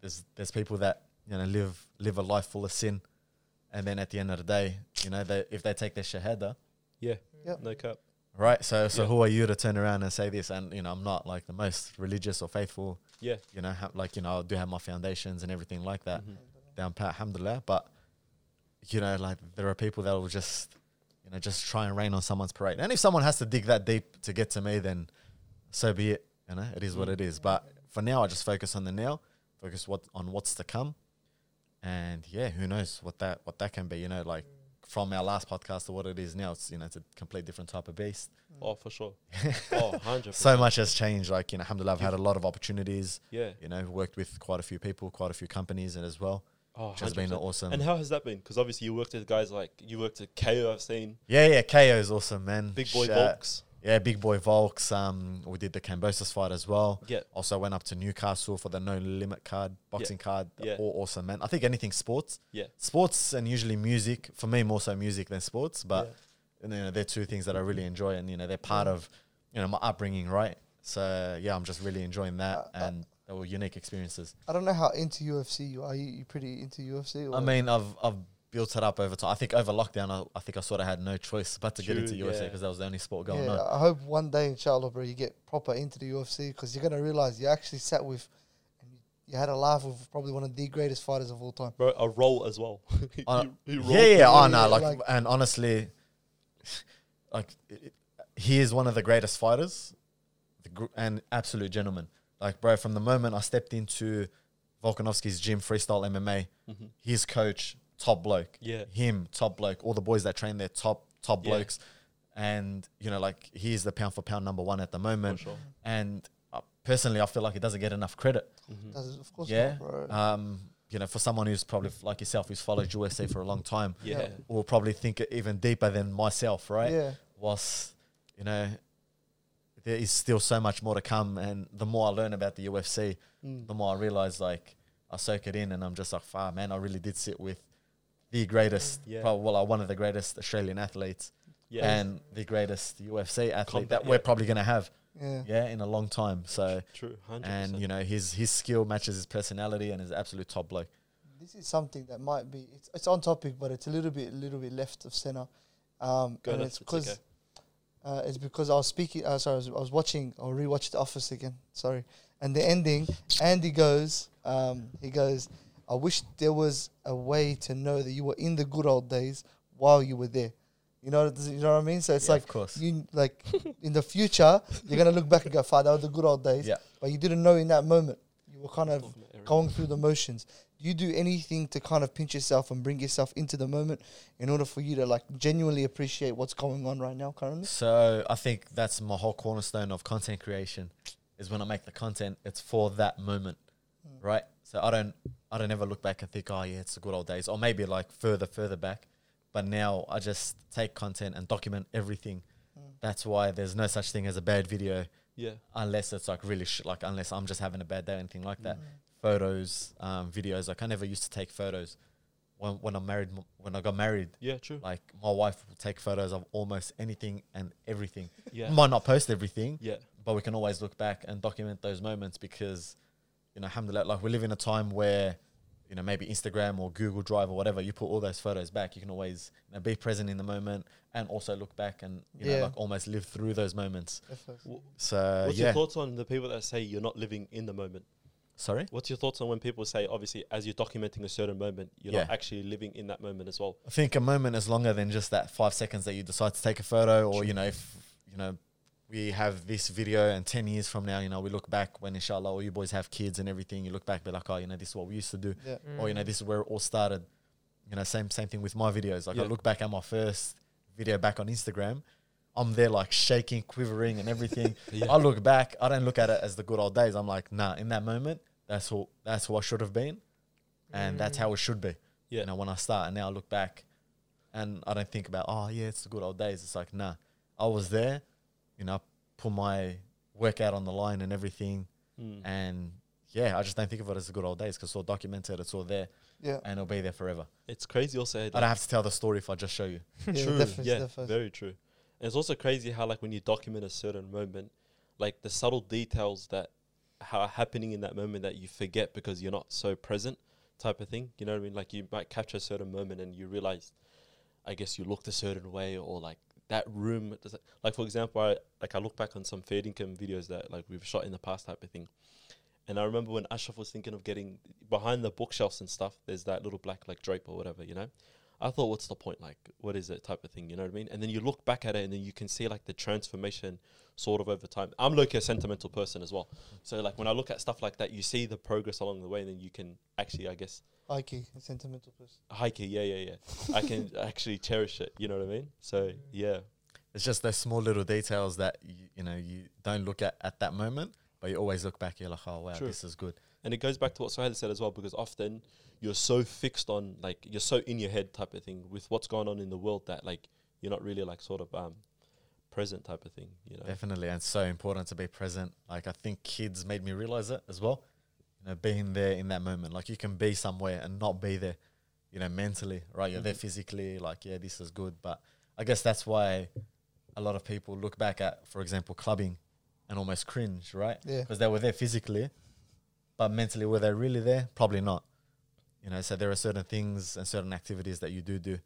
there's there's people that you know live live a life full of sin, and then at the end of the day, you know, they, if they take their shahada, Yeah. Yep. No cap. right? So, so Yeah. who are you to turn around and say this? And you know, I'm not like the most religious or faithful. Yeah. Mm-hmm. You know, ha- like you know, I do have my foundations and everything like that down pat, alhamdulillah. But you know, like there are people that will just, you know, just try and rain on someone's parade. And if someone has to dig that deep to get to me, then so be it. You know, it is Mm. what it is. But for now, I just focus on the now, focus what on what's to come, and yeah, who knows what that what that can be. You know, like from our last podcast to what it is now, it's you know, it's a complete different type of beast. Oh, for sure. oh, 100%. Mm. So much has changed. Like you know, alhamdulillah, I've had a lot of opportunities. yeah. You know, worked with quite a few people, quite a few companies, and as well, Oh, which has been 100%. awesome. And how has that been? Because obviously you worked with guys like you worked at KO. I've seen Yeah, yeah, KO is awesome, man. Big Boy Sh- uh, Volks. Yeah, Big Boy Volks. Um, we did the Cambosis fight as well. Yeah. Also went up to Newcastle for the No Limit card, boxing card. Yeah. All awesome, man. I think anything sports, Yeah, sports, and usually music. For me, more so music than sports, but and, you know they're two things that I really enjoy, and you know they're part of you know my upbringing, right? So yeah, I'm just really enjoying that, Uh, uh, and they were unique experiences. I don't know how into UFC you are. You, you pretty into UFC? Or I mean, I've I've built it up over time. I think over lockdown, I, I think I sort of had no choice but to get True, into USA yeah. because that was the only sport going yeah, on. I hope one day, inshallah, bro, you get proper into the UFC because you're gonna realize you actually sat with, and you, you had a laugh with probably one of the greatest fighters of all time. bro, a role as well. He- Uh, he rolled. yeah, yeah. Oh Yeah, no, yeah, like, like- and honestly, like it, he is one of the greatest fighters, the gr- and absolute gentleman. Like, bro, from the moment I stepped into Volkanovski's gym, freestyle MMA, his coach, top bloke. Mm-hmm. Yeah. him, top bloke. All the boys that train there, top top Yeah. blokes, and you know, like he is the pound for pound number one at the moment. sure. And uh, personally, I feel like he doesn't get enough credit. Mm-hmm. That's, of course, Yeah. not, bro. Um, you know, for someone who's probably f- like yourself, who's followed USA for a long time, Yeah. will probably think it even deeper than myself, right? Yeah. Whilst you know, there is still so much more to come. And the more I learn about the UFC, Mm. the more I realize, like, I soak it in and I'm just like, far man, I really did sit with the greatest, Yeah. probably, well, uh, one of the greatest Australian athletes Yeah. and the greatest UFC athlete Combat, that we're yeah. probably going to have, Yeah. yeah, in a long time. So, True. 100%. and, you know, his, his skill matches his personality and his absolute top bloke. This is something that might be it's, it's on topic, but it's a little bit a little bit left of center. Um, Go and it's left, it's okay. because uh, it's because I was speaking. Uh, sorry, I was, I was watching or rewatched The Office again. Sorry, and the ending. Andy goes. Um, he goes. I wish there was a way to know that you were in the good old days while you were there. You know, you know what I mean. So it's Yeah, like of course. you like in the future you're gonna look back and go, "Far, that were the good old days." Yeah. But you didn't know in that moment. You were kind of Ultimate era. going through the motions. Do you do anything to kind of pinch yourself and bring yourself into the moment in order for you to like genuinely appreciate what's going on right now currently? So I think that's my whole cornerstone of content creation is when I make the content, it's for that moment, right? So I don't, I don't ever look back and think, oh yeah, it's the good old days, or maybe like further, further back. But now I just take content and document everything. That's why there's no such thing as a bad video yeah. unless it's like really sh- like unless I'm just having a bad day or anything like that. Photos, um, videos. Like I never used to take photos when when I married m- when I got married. Yeah, true. Like my wife will take photos of almost anything and everything. Yeah. Might not post everything, yeah. but we can always look back and document those moments because, you know, alhamdulillah, like we live in a time where, you know, maybe Instagram or Google Drive or whatever, you put all those photos back. You can always you know, be present in the moment and also look back and, you know, Yeah. like almost live through those moments. W- So, What's uh, yeah. your thoughts on the people that say you're not living in the moment? Sorry? What's your thoughts on when people say, obviously, as you're documenting a certain moment, you're not Yeah. actually living in that moment as well? I think a moment is longer than just that five seconds that you decide to take a photo, or you know, if you know, we have this video, and ten years from now, you know, we look back when inshallah all you boys have kids and everything. You look back, be like, oh, you know, this is what we used to do, Yeah. or you know, this is where it all started. You know, same same thing with my videos. Like I Yeah. look back at my first video back on Instagram, I'm there like shaking, quivering, and everything. I look back, I don't look at it as the good old days. I'm like, nah, in that moment, that's what that's what I should have been, and that's how it should be. Yeah. You know, when I start and now I look back and I don't think about, oh yeah, it's the good old days. It's like, nah, I was there, you know, I put my workout on the line and everything. Mm. And yeah, I just don't think of it as the good old days because it's all documented, it's all there, Yeah. and it'll be there forever. It's crazy also. I don't That have to tell the story if I just show you. yeah, true. definitely, yeah, definitely. very true. And it's also crazy how, like, when you document a certain moment, like the subtle details that ha- are happening in that moment that you forget because you're not so present, type of thing. You know what I mean? Like, you might capture a certain moment and you realize, I guess you looked a certain way or like that room. does it- Like, for example, I like I look back on some fair income videos that like we've shot in the past, type of thing. And I remember when Ashraf was thinking of getting behind the bookshelves and stuff, there's that little black like drape or whatever, you know? I thought, what's the point? Like, what is it type of thing? You know what I mean? And then you look back at it and then you can see like the transformation sort of over time. I'm like a sentimental person as well. So, like, when I look at stuff like that, you see the progress along the way and then you can actually, I guess, Ikey, a sentimental person. hike it. Yeah, yeah, yeah. I can actually cherish it. You know what I mean? So, yeah. It's just those small little details that you, you know you don't look at at that moment, but you always look back. You're like, oh wow, True. this is good. And it goes back to what Sahel said as well, because often you're so fixed on like you're so in your head type of thing with what's going on in the world that like you're not really like sort of um present type of thing, you know. Definitely, and it's so important to be present. Like I think kids made me realize it as well. You know, being there in that moment, like you can be somewhere and not be there. You know, mentally, right? You're there physically. Like, yeah, this is good, but I guess that's why a lot of people look back at, for example, clubbing, and almost cringe, right? Yeah. because they were there physically, but mentally, were they really there? Probably not. You know, so there are certain things and certain activities that you do do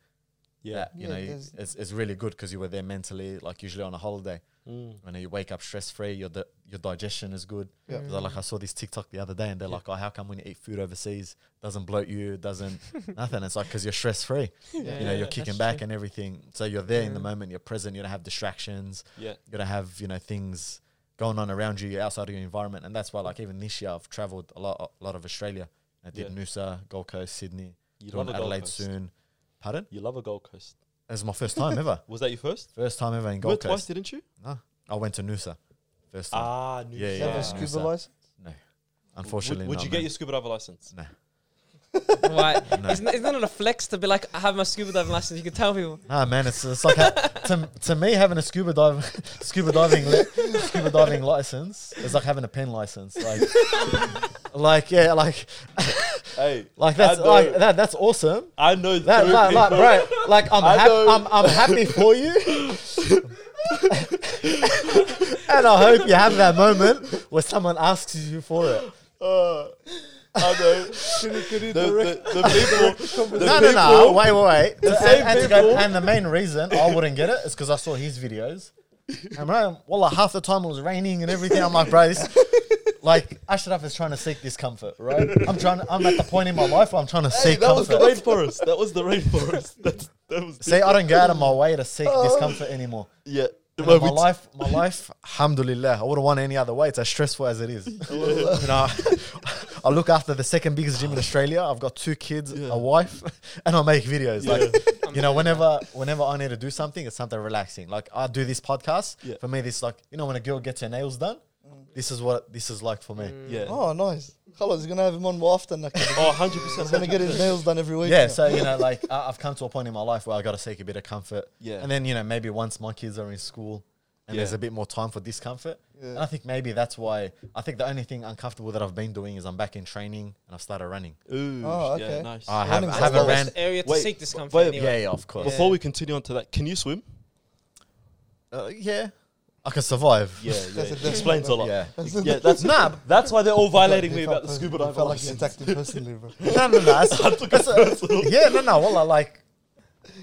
Yeah. that you Yeah, know you- there's- it's, it's really good because you were there mentally like usually on a holiday Mm. you know you wake up stress free your di- your digestion is good Yeah. 'Cause I- Mm. like i saw this tiktok the other day and they're Yeah. like oh how come when you eat food overseas doesn't bloat you doesn't nothing it's like because you're stress free you know Yeah, you're that's kicking back true. Mm. and everything so you're there in the Yeah. moment you're present you don't have distractions Yeah. you don't have you know things going on around you outside of your environment and that's why like even this year i've traveled a lot a lot of australia i did Yeah. noosa gold coast sydney You doing love a Gold adelaide Coast. soon pardon You love a Gold Coast. it was my first time ever Was that your first? First time ever in You Gold went twice, Coast. didn't you? No, I went to Noosa. First time. Ah, new Yeah, Do yeah, you have yeah. a scuba Scuba. license? Unfortunately, Would, would not, you get man. your scuba diver license? No. Why? No. Isn't, isn't it a flex to be like, I have my scuba diving license? You can tell people. Ah man, it's, it's like ha- to, to me having a scuba diving scuba diving li- scuba diving license is like having a pen license. Like, like yeah, like hey, like that's I know, like that, that's awesome. I know That, three like, like, people- bro, like I'm, I hap- know. I'm I'm happy for you, and I hope you have that moment where someone asks you for it. Uh, I know. the, the, the people, the no, no, people, no. Wait, wait, wait. and, same and to go- people- and the main reason I wouldn't get it is because I saw his videos. And bro, wallah, half the time it was raining and everything. I'm like, bro, this, like Ashraf is trying to seek this comfort, right? I'm trying. I'm at the point in my life where I'm trying to seek that was the comfort. rainforest. That was the rainforest. That's, that was See, I don't go out of my way to seek discomfort anymore. yeah. You know, Well, my we t- life, my life, alhamdulillah, I wouldn't want it any other way. It's as stressful as it is. you know, I look after the second biggest gym in Australia. I've got two kids, Yeah. a wife, and I make videos. Like, I'm you know, whenever whenever I need to do something, it's something relaxing. Like I do this podcast. Yeah. Mm. For me, this like you know when a girl gets her nails done, this is what this is like for me. yeah. Oh, nice. Carlos, he's gonna have him on more often. Like, he's Oh, 100%. gonna get his nails done every week. Yeah, so you know, like I, I've come to a point in my life where I got to seek a bit of comfort. Yeah. and then you know maybe once my kids are in school and Yeah. there's a bit more time for discomfort, Yeah. and I think maybe that's why I think the only thing uncomfortable that I've been doing is I'm back in training and I've started running. Ooh, Oh, okay. yeah, nice. I have, I Running's haven't always- ran. Best area to Wait, seek discomfort. wait, Yeah, anyway. Ah, yeah, of course. Before we continue on to that, can you swim? Uh, yeah, I can survive. Yeah, yeah. yeah. explains a lot. yeah. Yeah, that's Nah, That's why they're all violating He me felt about the personal- he scuba diving. felt like he license. attacked him personally, bro. no, no, no. That's, that's a, yeah, no, no. Well, I like.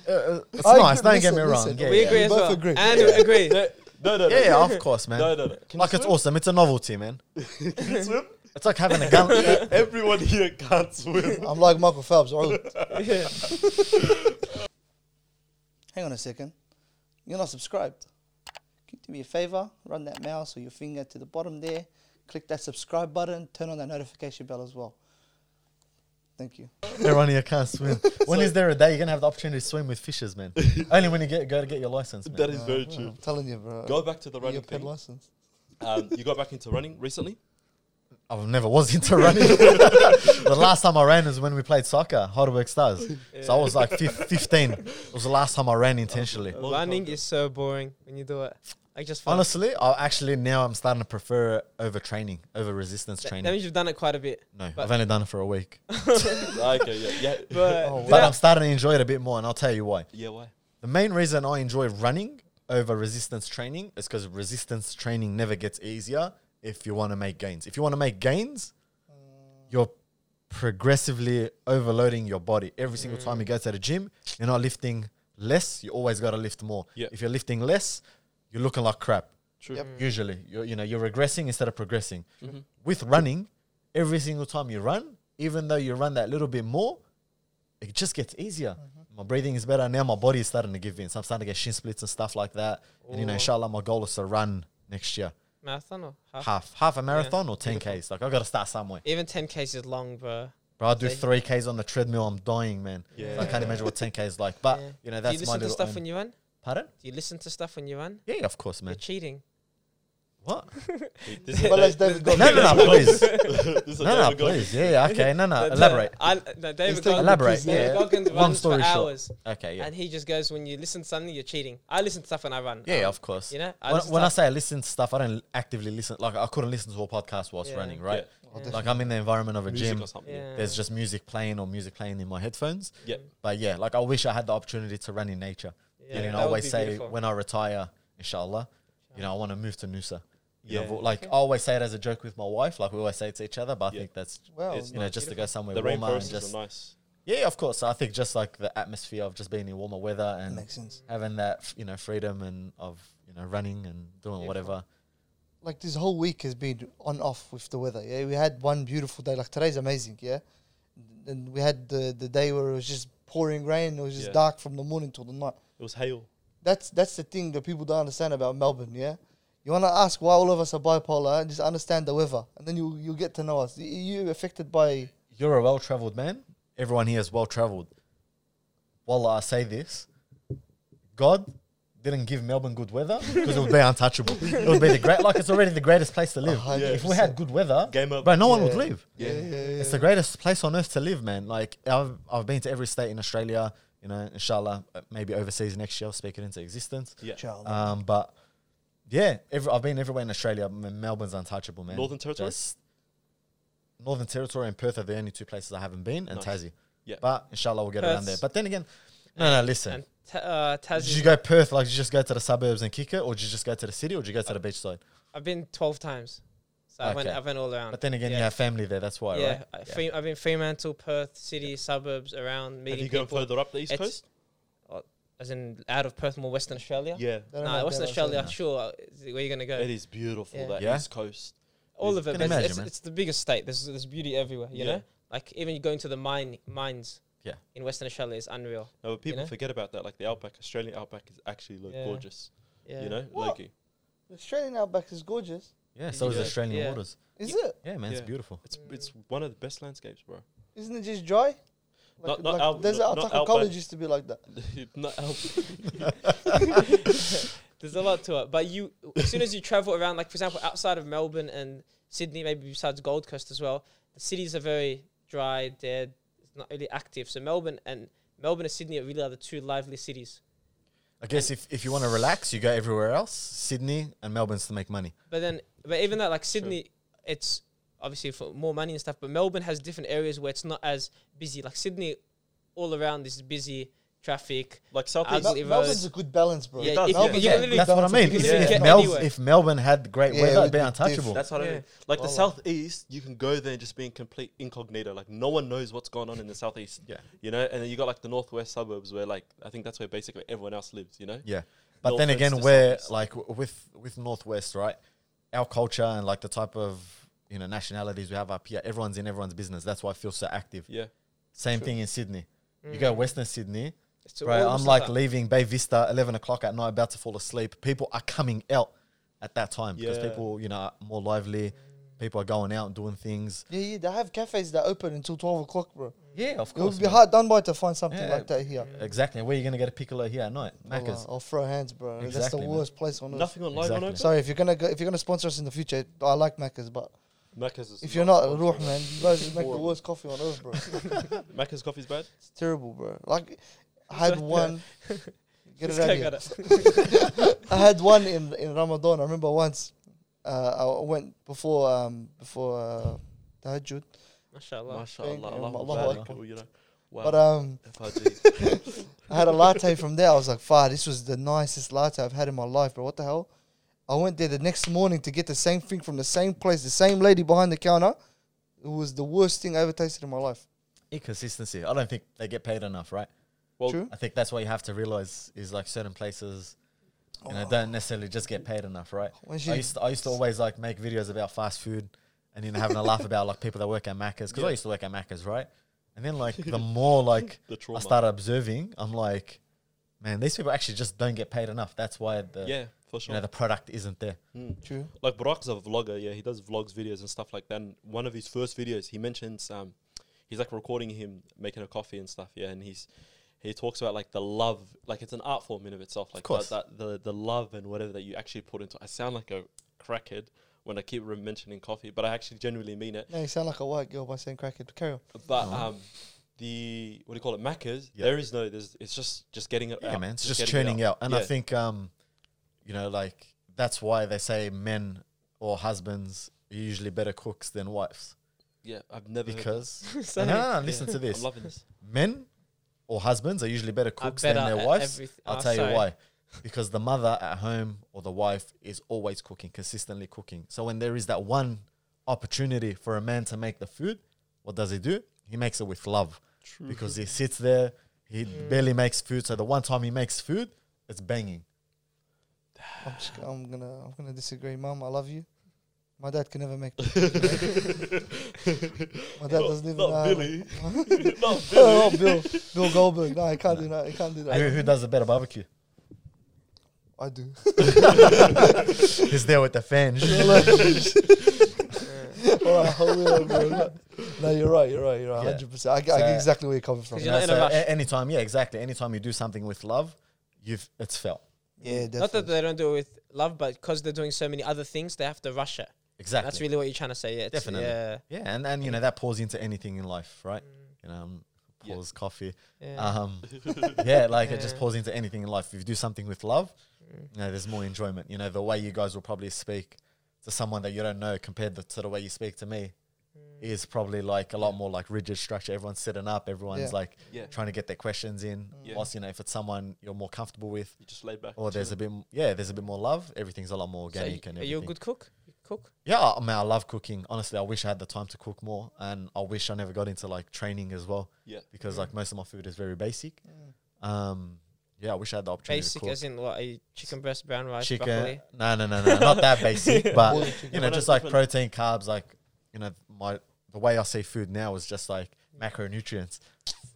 uh, Uh, it's I nice. agree- Don't get me listen, wrong. listen. Yeah, We yeah. agree as both well. agree. And we agree. No, no, no. Yeah, no. yeah, of course, man. No, no, no. Can Like you it's swim? awesome. It's a novelty, man. Can you swim? It's like having a gun. Everyone here can't swim. I'm like Michael Phelps. all right. Yeah. Hang on a second. You're not subscribed. Can you do me a favor? Run that mouse or your finger to the bottom there. Click that subscribe button. Turn on that notification bell as well. Thank you. Everyone here can't swim. When is there a day you're gonna have the opportunity to swim with fishes, man? Only when you get go to get your license, man. That is very Yeah, true. I'm telling you, bro. Go back to the Get running your pen thing. license. Um, you got back into running recently? I've never was into running. the last time I ran is when we played soccer, Heidelberg Stars. So I was like fif- 15. It was the last time I ran intentionally. Running is so boring when you do it. Like just fun. Honestly, I actually now I'm starting to prefer it over training, over resistance That, that training. Oh, means you've done it quite a bit. No, but- I've only done it for a week, okay, yeah, yeah. But Oh, did but I- I'm starting to enjoy it a bit more, and I'll tell you why. Yeah, why? The main reason I enjoy running over resistance training is because resistance training never gets easier if you want to make gains. If you want to make gains, you're progressively overloading your body. Every single time Mm. you go to the gym, you're not lifting less, you always got to lift more. Yeah. If you're lifting less, you're looking like crap. True. Mm. Mm-hmm. Yep. Usually, you're, you know, you're regressing instead of progressing. With running, every single time you run, even though you run that little bit more, it just gets easier. My breathing is better now. My body is starting to give in. So I'm starting to get shin splits and stuff like that. And you know, Oh. inshallah, my goal is to run next year marathon or half? half, half a marathon or 10 k's. Like I got to start somewhere. Even 10 cases long, bro. Bro, I do See? three k's on the treadmill. I'm dying, man. Yeah. I can't imagine what 10 k's like. But Yeah. you know, Do you that's my listen to little stuff own- when you run? Pardon? Do you listen to stuff when you run? Yeah, of course, You're man. cheating. What? This is But let's Dave- David go. No, no, no, please. this is No, no, David Goggins. please. Yeah, yeah, okay. No, no. No, no, Elaborate. I, no, David taking Goggins, Elaborate, David yeah. Goggins Long runs story for short. hours. Okay, yeah. And he just goes, when you listen to something, you're cheating. I listen to stuff when I run. Yeah, Um, of course. You know, I when, listen to when I stuff- say I listen to stuff, I don't actively listen. Like I couldn't listen to a podcast whilst Yeah. running, right? Oh, Yeah. Like I'm in the environment of a Music gym. or something. yeah. There's just music playing or music playing in my headphones. Yeah. But yeah, like I wish I had the opportunity to run in nature. Yeah, you that know, would I always be say beautiful. when I retire, inshallah, you know, I want to move to Noosa. You know, Yeah. but, like I always say it as a joke with my wife. Like we always say it to each other, but I Yeah. think that's Wow. It's you know just to go somewhere The warmer and rainforests just are nice. yeah, of course. I think just like the atmosphere of just being in warmer weather and makes sense. having that f- you know freedom and of you know running and doing Beautiful. whatever. like this whole week has been on off with the weather. Yeah, we had one beautiful day. Like today's amazing. Yeah, and we had the the day where it was just pouring rain. It was just Yeah. dark from the morning till the night. It was hail. That's that's the thing that people don't understand about Melbourne. Yeah, you want to ask why all of us are bipolar and just understand the weather, and then you you get to know us. Y- You affected by You're a well traveled man. Everyone here is well traveled. While I say this, God didn't give Melbourne good weather because it would be untouchable. it would be the great, like it's already the greatest place to live. hundred If we had good weather, Game up. but no one would Yeah. leave. Yeah, yeah, yeah. It's the greatest place on earth to live, man. Like I've I've been to every state in Australia. You know, inshallah, uh, maybe overseas next year, I'll speak it into existence. Yeah. Child. Um, but yeah, every, I've been everywhere in Australia. M- Melbourne's untouchable, man. Northern Territory? Just- Northern Territory and Perth are the only two places I haven't been, and Nice. Tassie. Yeah. But inshallah, we'll get around Perth's- there. But then again, no, no, listen. And ta- uh, Did you Tassie, go Perth? Like, did you just go to the suburbs and kick it, or did you just go to the city, or did you go to the beach side? I've been 12 times. So I, went, Okay. I went all around. But then again, yeah. you have family there. That's why, yeah, right? I- Fre- I've been Fremantle, Perth, city, suburbs, around, Have meeting you gone people. further up the east It's- coast? As in out of Perth, more Western Australia? Yeah. They don't No, know Western about Australia, Australia. sure. is it Where you going to go? It is beautiful. Yeah. That Yeah? east coast. all of it. Can but It's, imagine, it's, man. it's the biggest state. There's there's beauty everywhere. You Yeah. know, like even going to the mine mines. Yeah. In Western Australia is unreal. No, but people know? forget about that. Like the outback, Australian outback is actually like Yeah. gorgeous. Yeah. You know, What? Loki. The Australian outback is gorgeous. Yeah, so is Yeah. Australian Yeah. waters. Is it? Yeah, man, Yeah. it's beautiful. It's it's one of the best landscapes, bro. Isn't it just dry? Like, Not- not like out- there's not- our not Taco outback. college used to be like that. Not out- There's a lot to it, but you as soon as you travel around, like for example, outside of Melbourne and Sydney, maybe besides Gold Coast as well, the cities are very dry, dead. It's not really active. So Melbourne and Melbourne and Sydney are really are the two lively cities. I guess if, if you want to relax, you go everywhere else. Sydney and Melbourne's to make money. But then, but even that, like Sydney, it's obviously for more money and stuff. But Melbourne has different areas where it's not as busy. Like Sydney, all around is busy traffic. like I'd southeast. Mel- Absolutely Melbourne's right. a good balance, bro. Yeah, does, if yeah. you, can- you can Yeah, literally That's what I mean. you If, can Yeah. literally if get Mel- anywhere. if Melbourne had great Yeah, it weather, it'd would be be untouchable. different. That's what I mean. Like the southeast, you can go there and just be in complete incognito. Like no one knows what's going on in the southeast. Yeah. You know, and then you got like the northwest suburbs where like I think that's where basically everyone else lives. You know. Yeah, but No then offense again, to we're Southeast. like w- with with Northwest, right? Our culture and like the type of you know nationalities we have up here, everyone's in everyone's business. That's why I feel so active. Yeah. Same True. thing in Sydney. You go Western Sydney, It's all right? of I'm us like that. leaving Bay Vista eleven o'clock at night, about to fall asleep. People are coming out at that time because Yeah. people, you know, are more lively. People are going out and doing things. yeah, yeah. They have cafes that open until twelve o'clock, bro. Yeah, of It would be hard done by to find something Yeah. like that here. Exactly. Where are you going to get a piccolo here at night? Oh, Macca's. I'll, I'll throw hands, bro. That's the Exactly, man. worst place on earth. Nothing on live Exactly. on Sorry, if you're gonna go, if you're gonna sponsor us in the future, I like Macca's, but Macca's is if you're not, sponsored. Ruh, man, you guys make the Horrible. worst coffee on earth, bro. Macca's coffee's bad. It's terrible, bro. Like, I had one. Get This it out guy of here. got it. I had one in in Ramadan. I remember once, uh, I went before um before uh, Tahajjud, Mashallah. MashaAllah, you, Allahu Allahu barik, Akbar. you know. but Wow. um, FRG. I had a latte from there. I was like, "Far, this was the nicest latte I've had in my life, bro. What the hell?" I went there the next morning to get the same thing from the same place, the same lady behind the counter. It was the worst thing I ever tasted in my life. Inconsistency. I don't think they get paid enough, right? Well, True. I think that's what you have to realize is like certain places, you know, don't necessarily just get paid enough, right? When I she used to, I used to always like make videos about fast food and you know having a laugh about like people that work at Macca's because I Yeah. used to work at Macca's, right? And then like the more like The I trauma. started observing, I'm like, man, these people actually just don't get paid enough. That's why the yeah, for you sure. know the product isn't there. Mm. True. Like Barak's a vlogger, yeah, he does vlogs, videos and stuff like that. And one of his first videos, he mentions um, he's like recording him making a coffee and stuff, yeah, and he's he talks about like the love, like it's an art form in of itself, like course. That, that the the love and whatever that you actually put into. I sound like a crackhead when I keep re- mentioning coffee, but I actually genuinely mean it. No, you sound like a white girl by saying crackhead. Carry on. But um, the what do you call it, Macca's? Oh. Yeah. There is no, there's it's just just getting it. Yeah, out, man, it's just, getting it churning out. And I Yeah. think, um, you know, like that's why they say men or husbands are usually better cooks than wives Yeah, I've never heard- because no, Sorry. no, no, listen to I'm this: loving this. men or husbands are usually better I cooks bet than I- their e- wives. everyth- I'll oh, tell sorry. you why. Because the mother at home or the wife is always cooking, consistently cooking. So when there is that one opportunity for a man to make the food, what does he do? He makes it with love True. because he sits there, he barely makes food. So the one time he makes food, it's banging. I'm, just, I'm gonna I'm gonna disagree, Mum. I love you. My dad can never make. My dad Not- doesn't even not know. Billy. Not oh, Bill, Bill Goldberg. No, he can't do that. He can't do Who, that. who does a better barbecue? I do. He's there with the fan. All right, hold it on, bro. No, you're right. You're right. You're right. Yeah. Hundred percent. I, get- I So- get exactly where you're coming from. Because You you're know, not in so a rush. a- anytime, yeah, exactly. Anytime you do something with love, you've it's felt. Yeah, definitely. Not that they don't do it with love, but because they're doing so many other things, they have to rush it. Exactly. That's really what you're trying to say. Yeah, it's- Definitely. Yeah. Mm, yeah, and, and you know that pours into anything in life, right? You know, um, Yeah. pours coffee. yeah. Um, yeah, like it just Yeah. pours into anything in life. If you do something with love, you know, there's more enjoyment. You know, the way you guys will probably speak to someone that you don't know compared to, to the way you speak to me Mm. is probably like a lot more like rigid structure. Everyone's sitting up, everyone's Yeah. like Yeah. trying to get their questions in. Yeah. Mm. Whilst, you know, if it's someone you're more comfortable with, You just lay back. or Oh, there's a bit, m- yeah, there's a bit more love, everything's a lot more So organic. you- and are everything. you a good cook? You cook? Yeah, I mean, I love cooking. Honestly, I wish I had the time to cook more, and I wish I never got into like training as well. Yeah. because like most of my food is very basic. Um, yeah, I wish I had the opportunity Basic to cook as in what? A chicken breast, brown rice, chicken. broccoli. No, no, no, no, not that basic. But Boiled chicken. you know, What just are like different- protein, carbs. Like you know, my the way I see food now is just like macronutrients.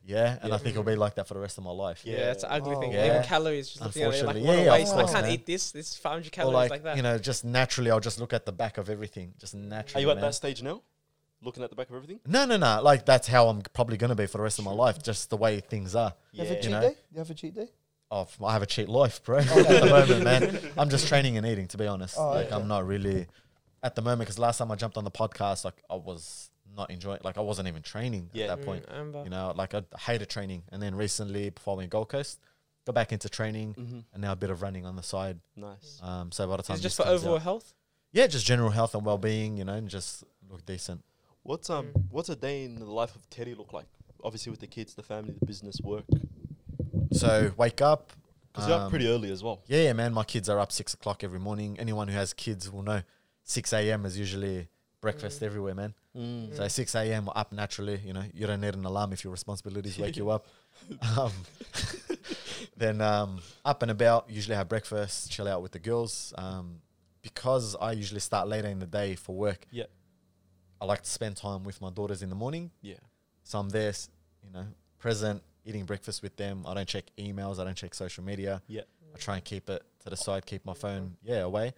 Yeah, and I think it'll be like that for the rest of my life. Yeah, that's an ugly thing. Oh, Yeah. Even calories, just looking at it, like, Unfortunately. what Yeah, a yeah, of waste. course, I can't man. eat this. This 500 Or calories like, like, that. you know, just naturally, I'll just look at the back of everything, just Are naturally. you at man. that stage now? Looking at the back of everything? No, no, no. Like that's how I'm probably gonna be for the rest of my life, just the way things are. you have a Yeah. cheat know? day? You have a cheat day? Oh, f- I have a cheat life, bro. at the moment, man, I'm just training and eating. To be honest, Oh, like okay. I'm not really at the moment because last time I jumped on the podcast, like I was not enjoying. Like I wasn't even training Yeah. at that point. Mm, I remember. You know, like I hated training, and then recently, before I went Gold Coast, got back into training, Mm-hmm. and now a bit of running on the side. Nice. Um, so by the time It's just this for comes overall out- health. yeah, just general health and well-being, you know, and just look decent. What's um Mm. what's a day in the life of Teddy look like? Obviously with the kids, the family, the business, work. So wake up. Because you're um, up pretty early as well. Yeah, yeah, man. My kids are up six o'clock every morning. Anyone who has kids will know six a.m. is usually breakfast everywhere, man. Mm. So six a.m. we're up naturally. You know, you don't need an alarm if your responsibilities wake you up. Um, then um, up and about. Usually have breakfast, chill out with the girls. Um, because I usually start later in the day for work. Yeah. I like to spend time with my daughters in the morning, Yeah. so I'm there, s- you know, present, eating breakfast with them. I don't check emails. I don't check social media. Yeah. I try and keep it to the side, keep my phone, yeah, away.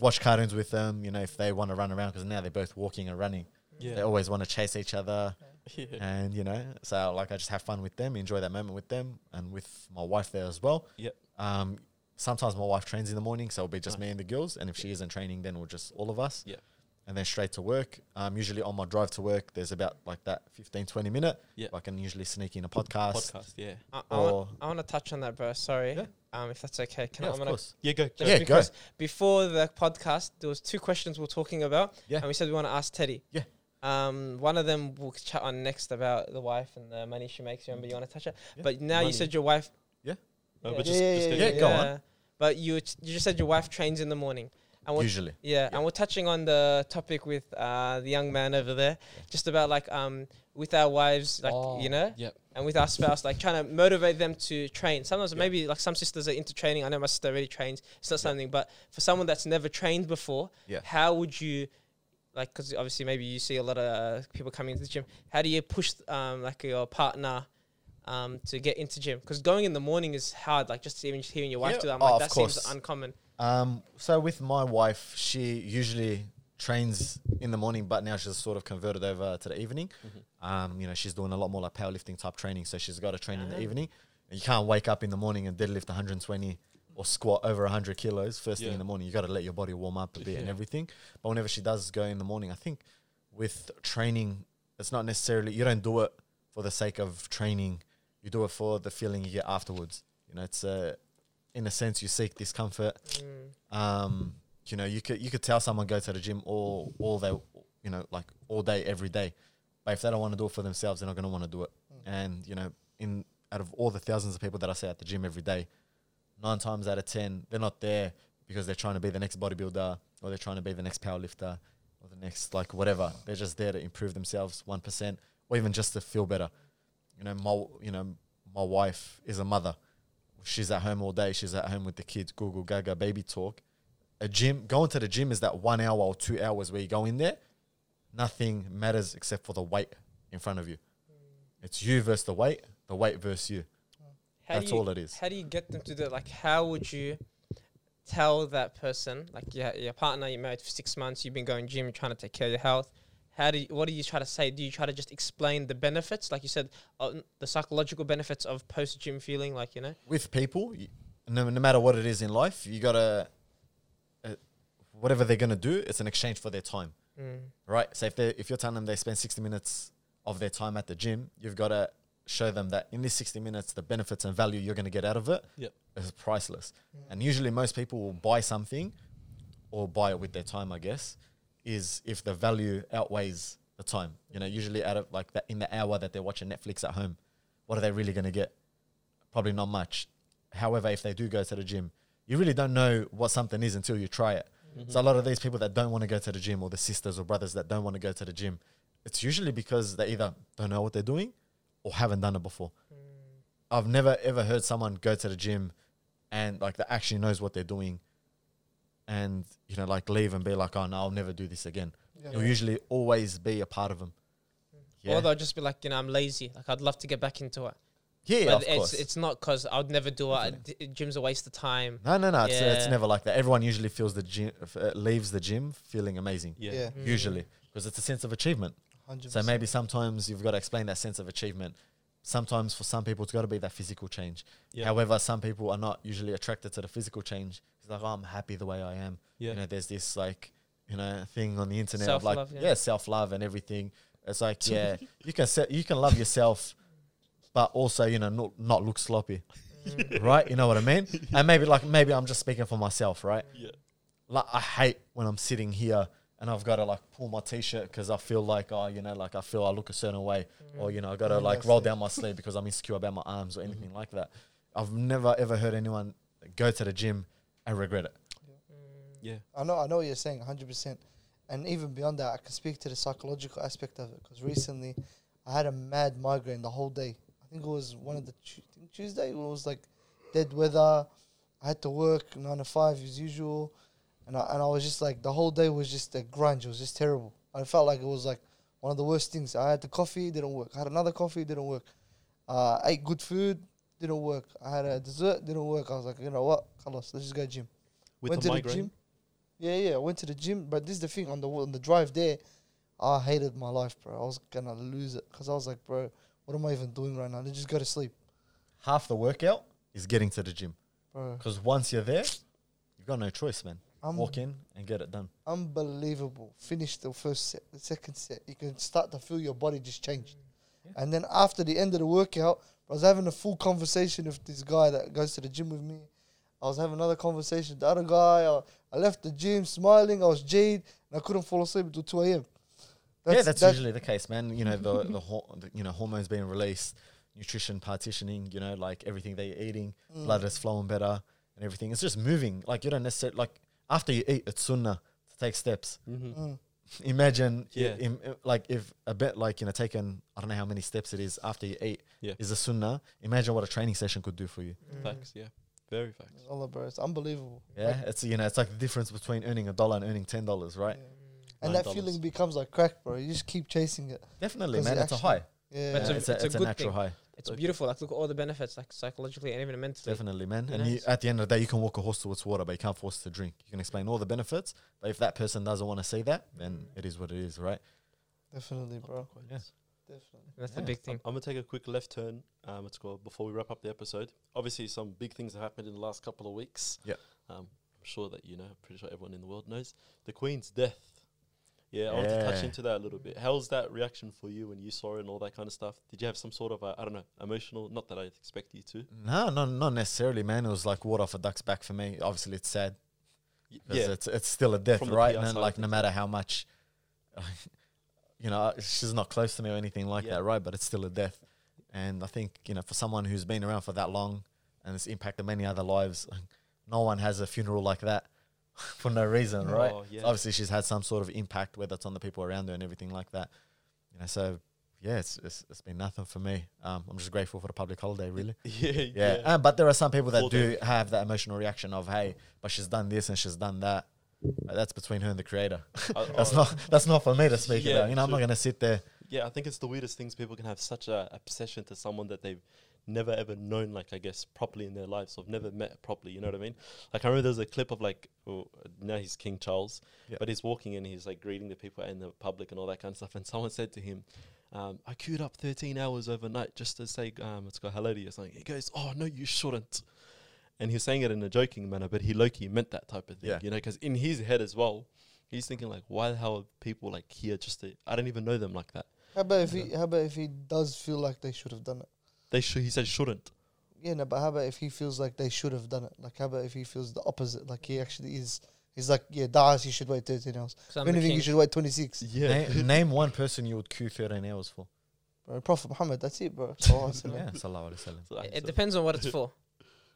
Watch cartoons with them, you know, if they want to run around, because now they're both walking and running. They Yeah. always want to chase each other, Yeah. and you know, so like I just have fun with them, enjoy that moment with them, and with my wife there as well. Yep. Um, sometimes my wife trains in the morning, so it'll be just Nice. me and the girls, and if she isn't training, then we'll just all of us. Yep. And then straight to work. Um, usually on my drive to work, there's about like that 15, 20 minute. Yep. I can usually sneak in a podcast. Podcast, yeah. I, I, want, Or- I want to touch on that, bro. Sorry, Yeah. um, if that's okay. Can Yeah, I, of I'm gonna, course. Yeah, go. just Yeah, go. because Before the podcast, there was two questions we are talking about, Yeah. and we said we want to ask Teddy. Yeah. Um, one of them we'll chat on next about the wife and the money she makes. Remember, you want to touch it, Yeah. but now Money. you said your wife. No, Yeah. Oh, but just, Yeah, just yeah, go. yeah, go on. But you t- you just said your wife trains in the morning, and we're Usually. Yeah, and we're touching on the topic with uh, the young man over there, just about like um, with our wives, like Oh, you know, Yep. and with our spouse, like trying to motivate them to train. Sometimes maybe like some sisters are into training. I know my sister already trains. It's not something, but for someone that's never trained before, Yeah. how would you, like, because obviously maybe you see a lot of uh, people coming into the gym. How do you push um, like your partner? Um, to get into gym because going in the morning is hard. Like just even just hearing your wife Yeah. do that, I'm Oh, like of that course. seems uncommon. Um, so with my wife, she usually trains in the morning, but now she's sort of converted over to the evening. Mm-hmm. Um, you know, she's doing a lot more like powerlifting type training, so she's got to train in Ah. the evening. And you can't wake up in the morning and deadlift 120 or squat over 100 kilos first thing Yeah. in the morning. You got to let your body warm up a bit and Yeah. everything. But whenever she does go in the morning, I think with training, it's not necessarily you don't do it for the sake of training. You do it for the feeling you get afterwards. You know, it's a in a sense you seek discomfort Mm. um, you know, you could you could tell someone go to the gym all all they you know like all day every day, but if they don't want to do it for themselves, they're not going to want to do it. And you know, in out of all the thousands of people that I see at the gym every day, nine times out of ten they're not there because they're trying to be the next bodybuilder or they're trying to be the next powerlifter or the next like whatever. They're just there to improve themselves one percent or even just to feel better. You know, my you know my wife is a mother. She's at home all day. She's at home with the kids. Google Gaga baby talk. A gym going to the gym is that one hour or two hours where you go in there. Nothing matters except for the weight in front of you. It's you versus the weight. The weight versus you. How do That's you- all it is. How do you get them to do it? Like, how would you tell that person, like your, your partner, you're married for six months, you've been going gym, you're trying to take care of your health. How do you, what do you try to say? Do you try to just explain the benefits, like you said, uh, the psychological benefits of post gym feeling, like you know? with people, y- no, no matter what it is in life, you gotta uh, whatever they're gonna do, it's an exchange for their time, Mm. right? So if they if you're telling them they spend sixty minutes of their time at the gym, you've gotta show them that in these sixty minutes, the benefits and value you're gonna get out of it Yep. is priceless. And usually, most people will buy something or buy it with their time, I guess, is if the value outweighs the time. You know, usually out of like that in the hour that they're watching Netflix at home, what are they really going to get? Probably not much. However, if they do go to the gym, you really don't know what something is until you try it. So a lot of these people that don't want to go to the gym, or the sisters or brothers that don't want to go to the gym, it's usually because they either don't know what they're doing or haven't done it before. I've never ever heard someone go to the gym and like that actually knows what they're doing and you know like leave and be like oh no i'll never do this again it'll usually always be a part of them yeah Or they'll just be like, you know, I'm lazy. Like I'd love to get back into it. yeah but of it's course it's not because I'd never do it. D- Gym's a waste of time. no no no it's, it's Yeah. never like that everyone usually feels the gym uh, leaves the gym feeling amazing Yeah. Yeah. usually because it's a sense of achievement 100%. so maybe sometimes you've got to explain that sense of achievement sometimes for some people it's got to be that physical change Yeah. however some people are not usually attracted to the physical change it's like oh, i'm happy the way i am Yeah. you know there's this like you know thing on the internet of Self-love, like yeah. yeah, self-love and everything it's like yeah you can se- you can love yourself but also you know not, not look sloppy right you know what i mean and maybe like maybe i'm just speaking for myself right Yeah. like i hate when i'm sitting here and i've got to like pull my t-shirt because i feel like oh you know like i feel i look a certain way or you know i gotta Mm, like that's roll it. down my sleeve because i'm insecure about my arms or anything Mm-hmm. like that i've never ever heard anyone go to the gym and regret it Yeah. I know, I know what you're saying, 100%. And even beyond that, I can speak to the psychological aspect of it because recently I had a mad migraine the whole day. I think it was one of the Tu- I think Tuesday. It was like dead weather. I had to work nine to five as usual, and I, and I was just like the whole day was just a grunge. It was just terrible. I felt like it was like one of the worst things. I had the coffee, didn't work. I had another coffee, didn't work. Uh, I ate good food, didn't work. I had a dessert, didn't work. I was like, you know what, Carlos, let's just go gym. With went the to migraine. the gym. Yeah, yeah. I went to the gym, but this is the thing on the on the drive there, I hated my life, bro. I was gonna lose it because I was like, bro, what am I even doing right now? Let's just go to sleep, half the workout is getting to the gym bro. because once you're there you've got no choice man I'm walk in and get it done unbelievable. Finish the first set, the second set. You can start to feel your body just changed. And then after the end of the workout, I was having a full conversation with this guy that goes to the gym with me. I was having another conversation with the other guy. I, I left the gym smiling. I was jaded and I couldn't fall asleep until 2 a.m. yeah, that's that- usually the case, man. You know, the the, hor- the you know hormones being released, nutrition partitioning. You know, like everything that you're eating, blood is flowing better, and everything. It's just moving. Like you don't necessarily like after you eat, it's sunnah to take steps. Mm. Imagine, i- Yeah. im- i- like if a bit like you know taking I don't know how many steps it is after you eat Yeah. Mm. is a sunnah. Imagine what a training session could do for you. Facts. Yeah. Very facts. Allah, bro, it's unbelievable. Yeah, it's you know it's like the difference between earning a dollar and earning ten dollars, right? And Nine that dollars. feeling becomes like crack, bro. You just keep chasing it. Definitely, Because man. it It's a actually- high. Yeah. That's Yeah, a- it's a, it's a it's a good natural thing. high. It's beautiful. Like look at all the benefits, like psychologically and even mentally. Definitely, man. You And know, you, it's- at the end of the day, you can walk a horse to its water, but you can't force it to drink. You can explain all the benefits, but if that person doesn't want to see that, then it is what it is, right? Definitely, bro. Yeah. Definitely. That's the Yeah. big thing. I'm gonna take a quick left turn. Um, let's go before we wrap up the episode. Obviously, some big things have happened in the last couple of weeks. Yeah. Um, I'm sure that you know. Pretty sure everyone in the world knows the Queen's death. Yeah, I want to touch Yeah. into that a little bit. How's that reaction for you when you saw it and all that kind of stuff? Did you have some sort of I I don't know emotional? Not that I expect you to. No, no, not necessarily, man. It was like water off a duck's back for me. Obviously, it's sad Y- 'cause it's, it's still a death, From the right? PR And side of like, no things, matter how much, you know, she's not close to me or anything like Yeah. that, right? But it's still a death. And I think, you know, for someone who's been around for that long and it's impacted many other lives, no one has a funeral like that for no reason, right? Oh, yeah. So obviously she's had some sort of impact, whether it's on the people around her and everything like that. You know, so yeah, it's it's, it's been nothing for me. Um, I'm just grateful for the public holiday, really. yeah, Yeah, yeah, Um, but there are some people that Full do have that emotional reaction of, hey, but she's done this and she's done that. But that's between her and the creator. I- that's I- not that's not for me to speak Oh, Yeah, about. You know, I'm not true. gonna sit there. Yeah, I think it's the weirdest things people can have such a obsession to someone that they've never ever known, like I guess properly in their lives, or have never met properly. You know what I mean? Like I remember there was a clip of like oh, now he's King Charles, Yeah. but he's walking and he's like greeting the people in the public and all that kind of stuff. And someone said to him. Um, I queued up 13 hours overnight just to say, um, let's go hello to you. or Something. He goes, Oh, no, you shouldn't. and he was saying it in a joking manner, but he low-key meant that type of thing, Yeah. you know, because in his head as well, he's thinking like, why the hell are people like here? Just to, I don't even know them like that. How about if he? How about if he does feel like they should have done it? They should. He said shouldn't. Yeah, no. But how about if he feels like they should have done it? Like how about if he feels the opposite? Like he actually is. He's like, yeah, Dars, you should wait 13 hours. 'Cause I'm If the anything, you king. should wait 26. Yeah. Name, name one person you would queue 13 hours for. Bro, Prophet Muhammad, that's it, bro. Sallallahu alaihi wasallam. Yeah, sallallahu alaihi wasallam. So I It- It said- depends on what it's for.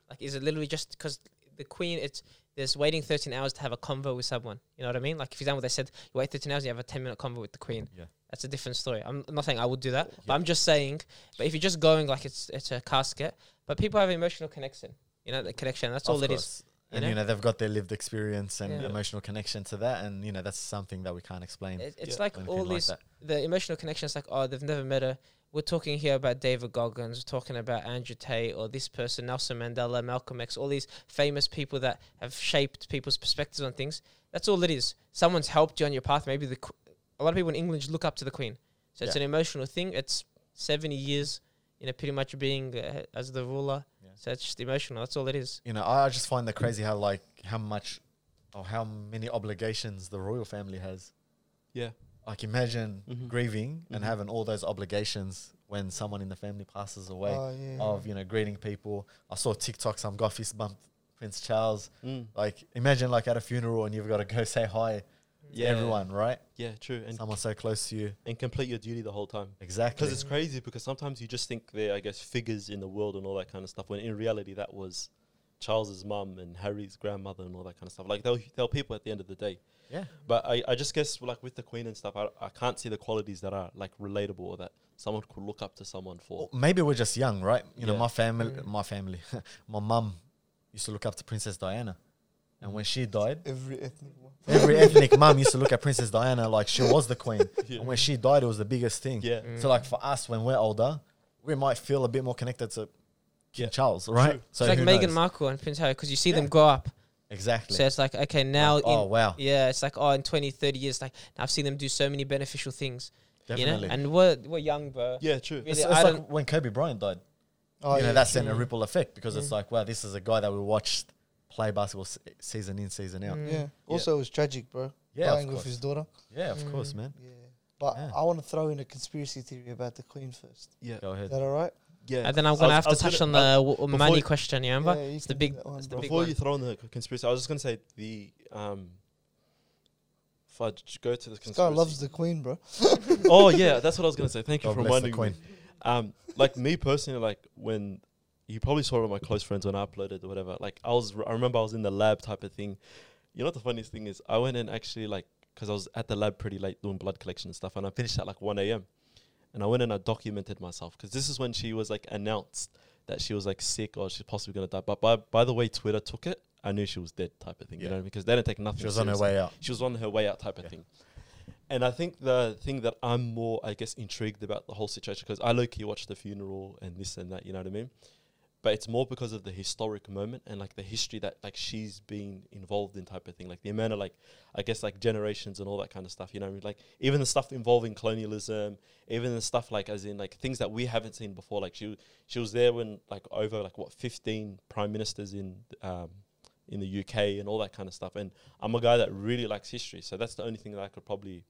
Like, is it literally just because the queen? It's there's waiting 13 hours to have a convo with someone. You know what I mean? Like, for example, they said you wait 13 hours, you have a 10 minute convo with the queen. Yeah. That's a different story. I'm not saying I would do that, but Yeah. I'm just saying. But if you're just going like it's it's a casket, but people have emotional connection. You know, the connection. That's all Of it is. course. you And know? you know they've got their lived experience and Yeah. Yeah. emotional connection to that, and you know that's something that we can't explain. It, it's Yeah. like Anything all like these that. the emotional connections. Like, oh, they've never met her. We're talking here about David Goggins. We're talking about Andrew Tate or this person, Nelson Mandela, Malcolm X. All these famous people that have shaped people's perspectives on things. That's all it is. Someone's helped you on your path. Maybe the qu- a lot of people in England just look up to the Queen. So it's Yeah. an emotional thing. It's seventy years, you know, pretty much being uh, as the ruler. Yeah. So it's just emotional. That's all it is. you know, I I just find that crazy how like how much or how many obligations the royal family has. Yeah. Like imagine Mhm. grieving and Mhm. having all those obligations when someone in the family passes away Oh, yeah. of, you know, greeting people. I saw TikTok some guy fist bumped Prince Charles. Mm. Like imagine like at a funeral and you've got to go say hi Yeah. to everyone, right? Yeah. True. And Someone so close to you. and complete your duty the whole time. Exactly. Because it's crazy because sometimes you just think they're, I guess, figures in the world and all that kind of stuff, when in reality that was Charles's mum and Harry's grandmother and all that kind of stuff. Like, they'll, they'll people at the end of the day. yeah. But I, I just guess, like, with the Queen and stuff, I, I can't see the qualities that are, like, relatable or that someone could look up to someone for. Or maybe we're just young, right? You know, Yeah. my family, Mm. my family, my mum used to look up to Princess Diana, and when Mm. she died, Every ethnic one. every ethnic mum used to look at Princess Diana like she was the Mm. queen, Yeah. and when she died, it was the biggest thing. Yeah. Mm. So, like for us, when we're older, we might feel a bit more connected to King Yeah. Charles, right? True. So it's who like Meghan knows? Markle and Prince Harry because you see Yeah. them grow up. exactly. So it's like okay, now Like, oh in, wow, Yeah, it's like oh, in 20, 30 years, like I've seen them do so many beneficial things, definitely. you know. And we're we're young, bro. Yeah, true. Yeah. it's, really, it's I like don't- when Kobe Bryant died. Oh, you know, yeah. that sent a Mm. ripple effect because it's like, wow, this is a guy that we watched play basketball se- season in, season out. Mm. yeah. Also, it was tragic, bro. Yeah, of Dying with course. his daughter. Yeah, of course, Mm. man. Yeah. But Yeah. I want to throw in a conspiracy theory about the Queen first. Yeah. Go Is ahead. that all right? Yeah. And then I'm I gonna was- have I to was touch gonna- on the uh, w- w- money you- question. You remember? the you can do big- that one, it's the bro. big- Before one. you throw in the c- conspiracy, I was just going to say the. um. If I j- go to the This conspiracy. guy loves the Queen, bro. oh, yeah, that's what I was going to say. Thank you God for bless the reminding me. queen. um, like me personally, like when you probably saw it with my close friends when I uploaded or whatever. Like I was, I remember I was in the lab type of thing. You know what the funniest thing is? I went in actually like because I was at the lab pretty late doing blood collection and stuff, and I finished at like one a.m. And I went and I documented myself because this is when she was like announced that she was like sick or she's possibly gonna die. But by by the way Twitter took it, I knew she was dead type of thing. Yeah. You know because they didn't take nothing. She was on her seriously way out. she was on her way out type of Yeah. thing. And I think the thing that I'm more, I guess, intrigued about the whole situation because I low key watched the funeral and this and that, you know what I mean? But it's more because of the historic moment and like the history that like she's been involved in type of thing, like the amount of like, I guess, like generations and all that kind of stuff, you know what I mean? Like even the stuff involving colonialism, even the stuff like as in like things that we haven't seen before. Like she she was there when like over like what 15 prime ministers in um, in the UK and all that kind of stuff. And I'm a guy that really likes history, so that's the only thing that I could probably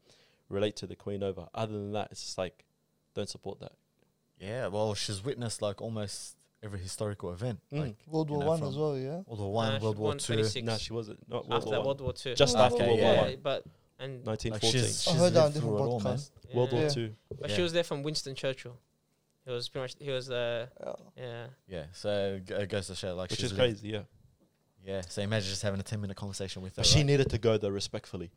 relate to the Queen over. Other than that, it's just like don't support that. Yeah, well, she's witnessed like almost every historical event, Mm. like World you War know, One from as well, yeah. World War One, Uh, she World War won Two. 26 No, she wasn't. Not World after War World One. War Two. Just Oh, after okay, World yeah. War yeah, One, but and Like 1914. she's, I she's heard that Oh, on lived different through it all, man. podcasts. World War Yeah. Two. But Yeah. she was there from Winston Churchill. He was pretty much. He was the Yeah. yeah. Yeah, so g- it goes to show, like, which she's is lived- crazy. Yeah, Yeah, so imagine just having a ten-minute conversation with her. but she right? needed to go though respectfully.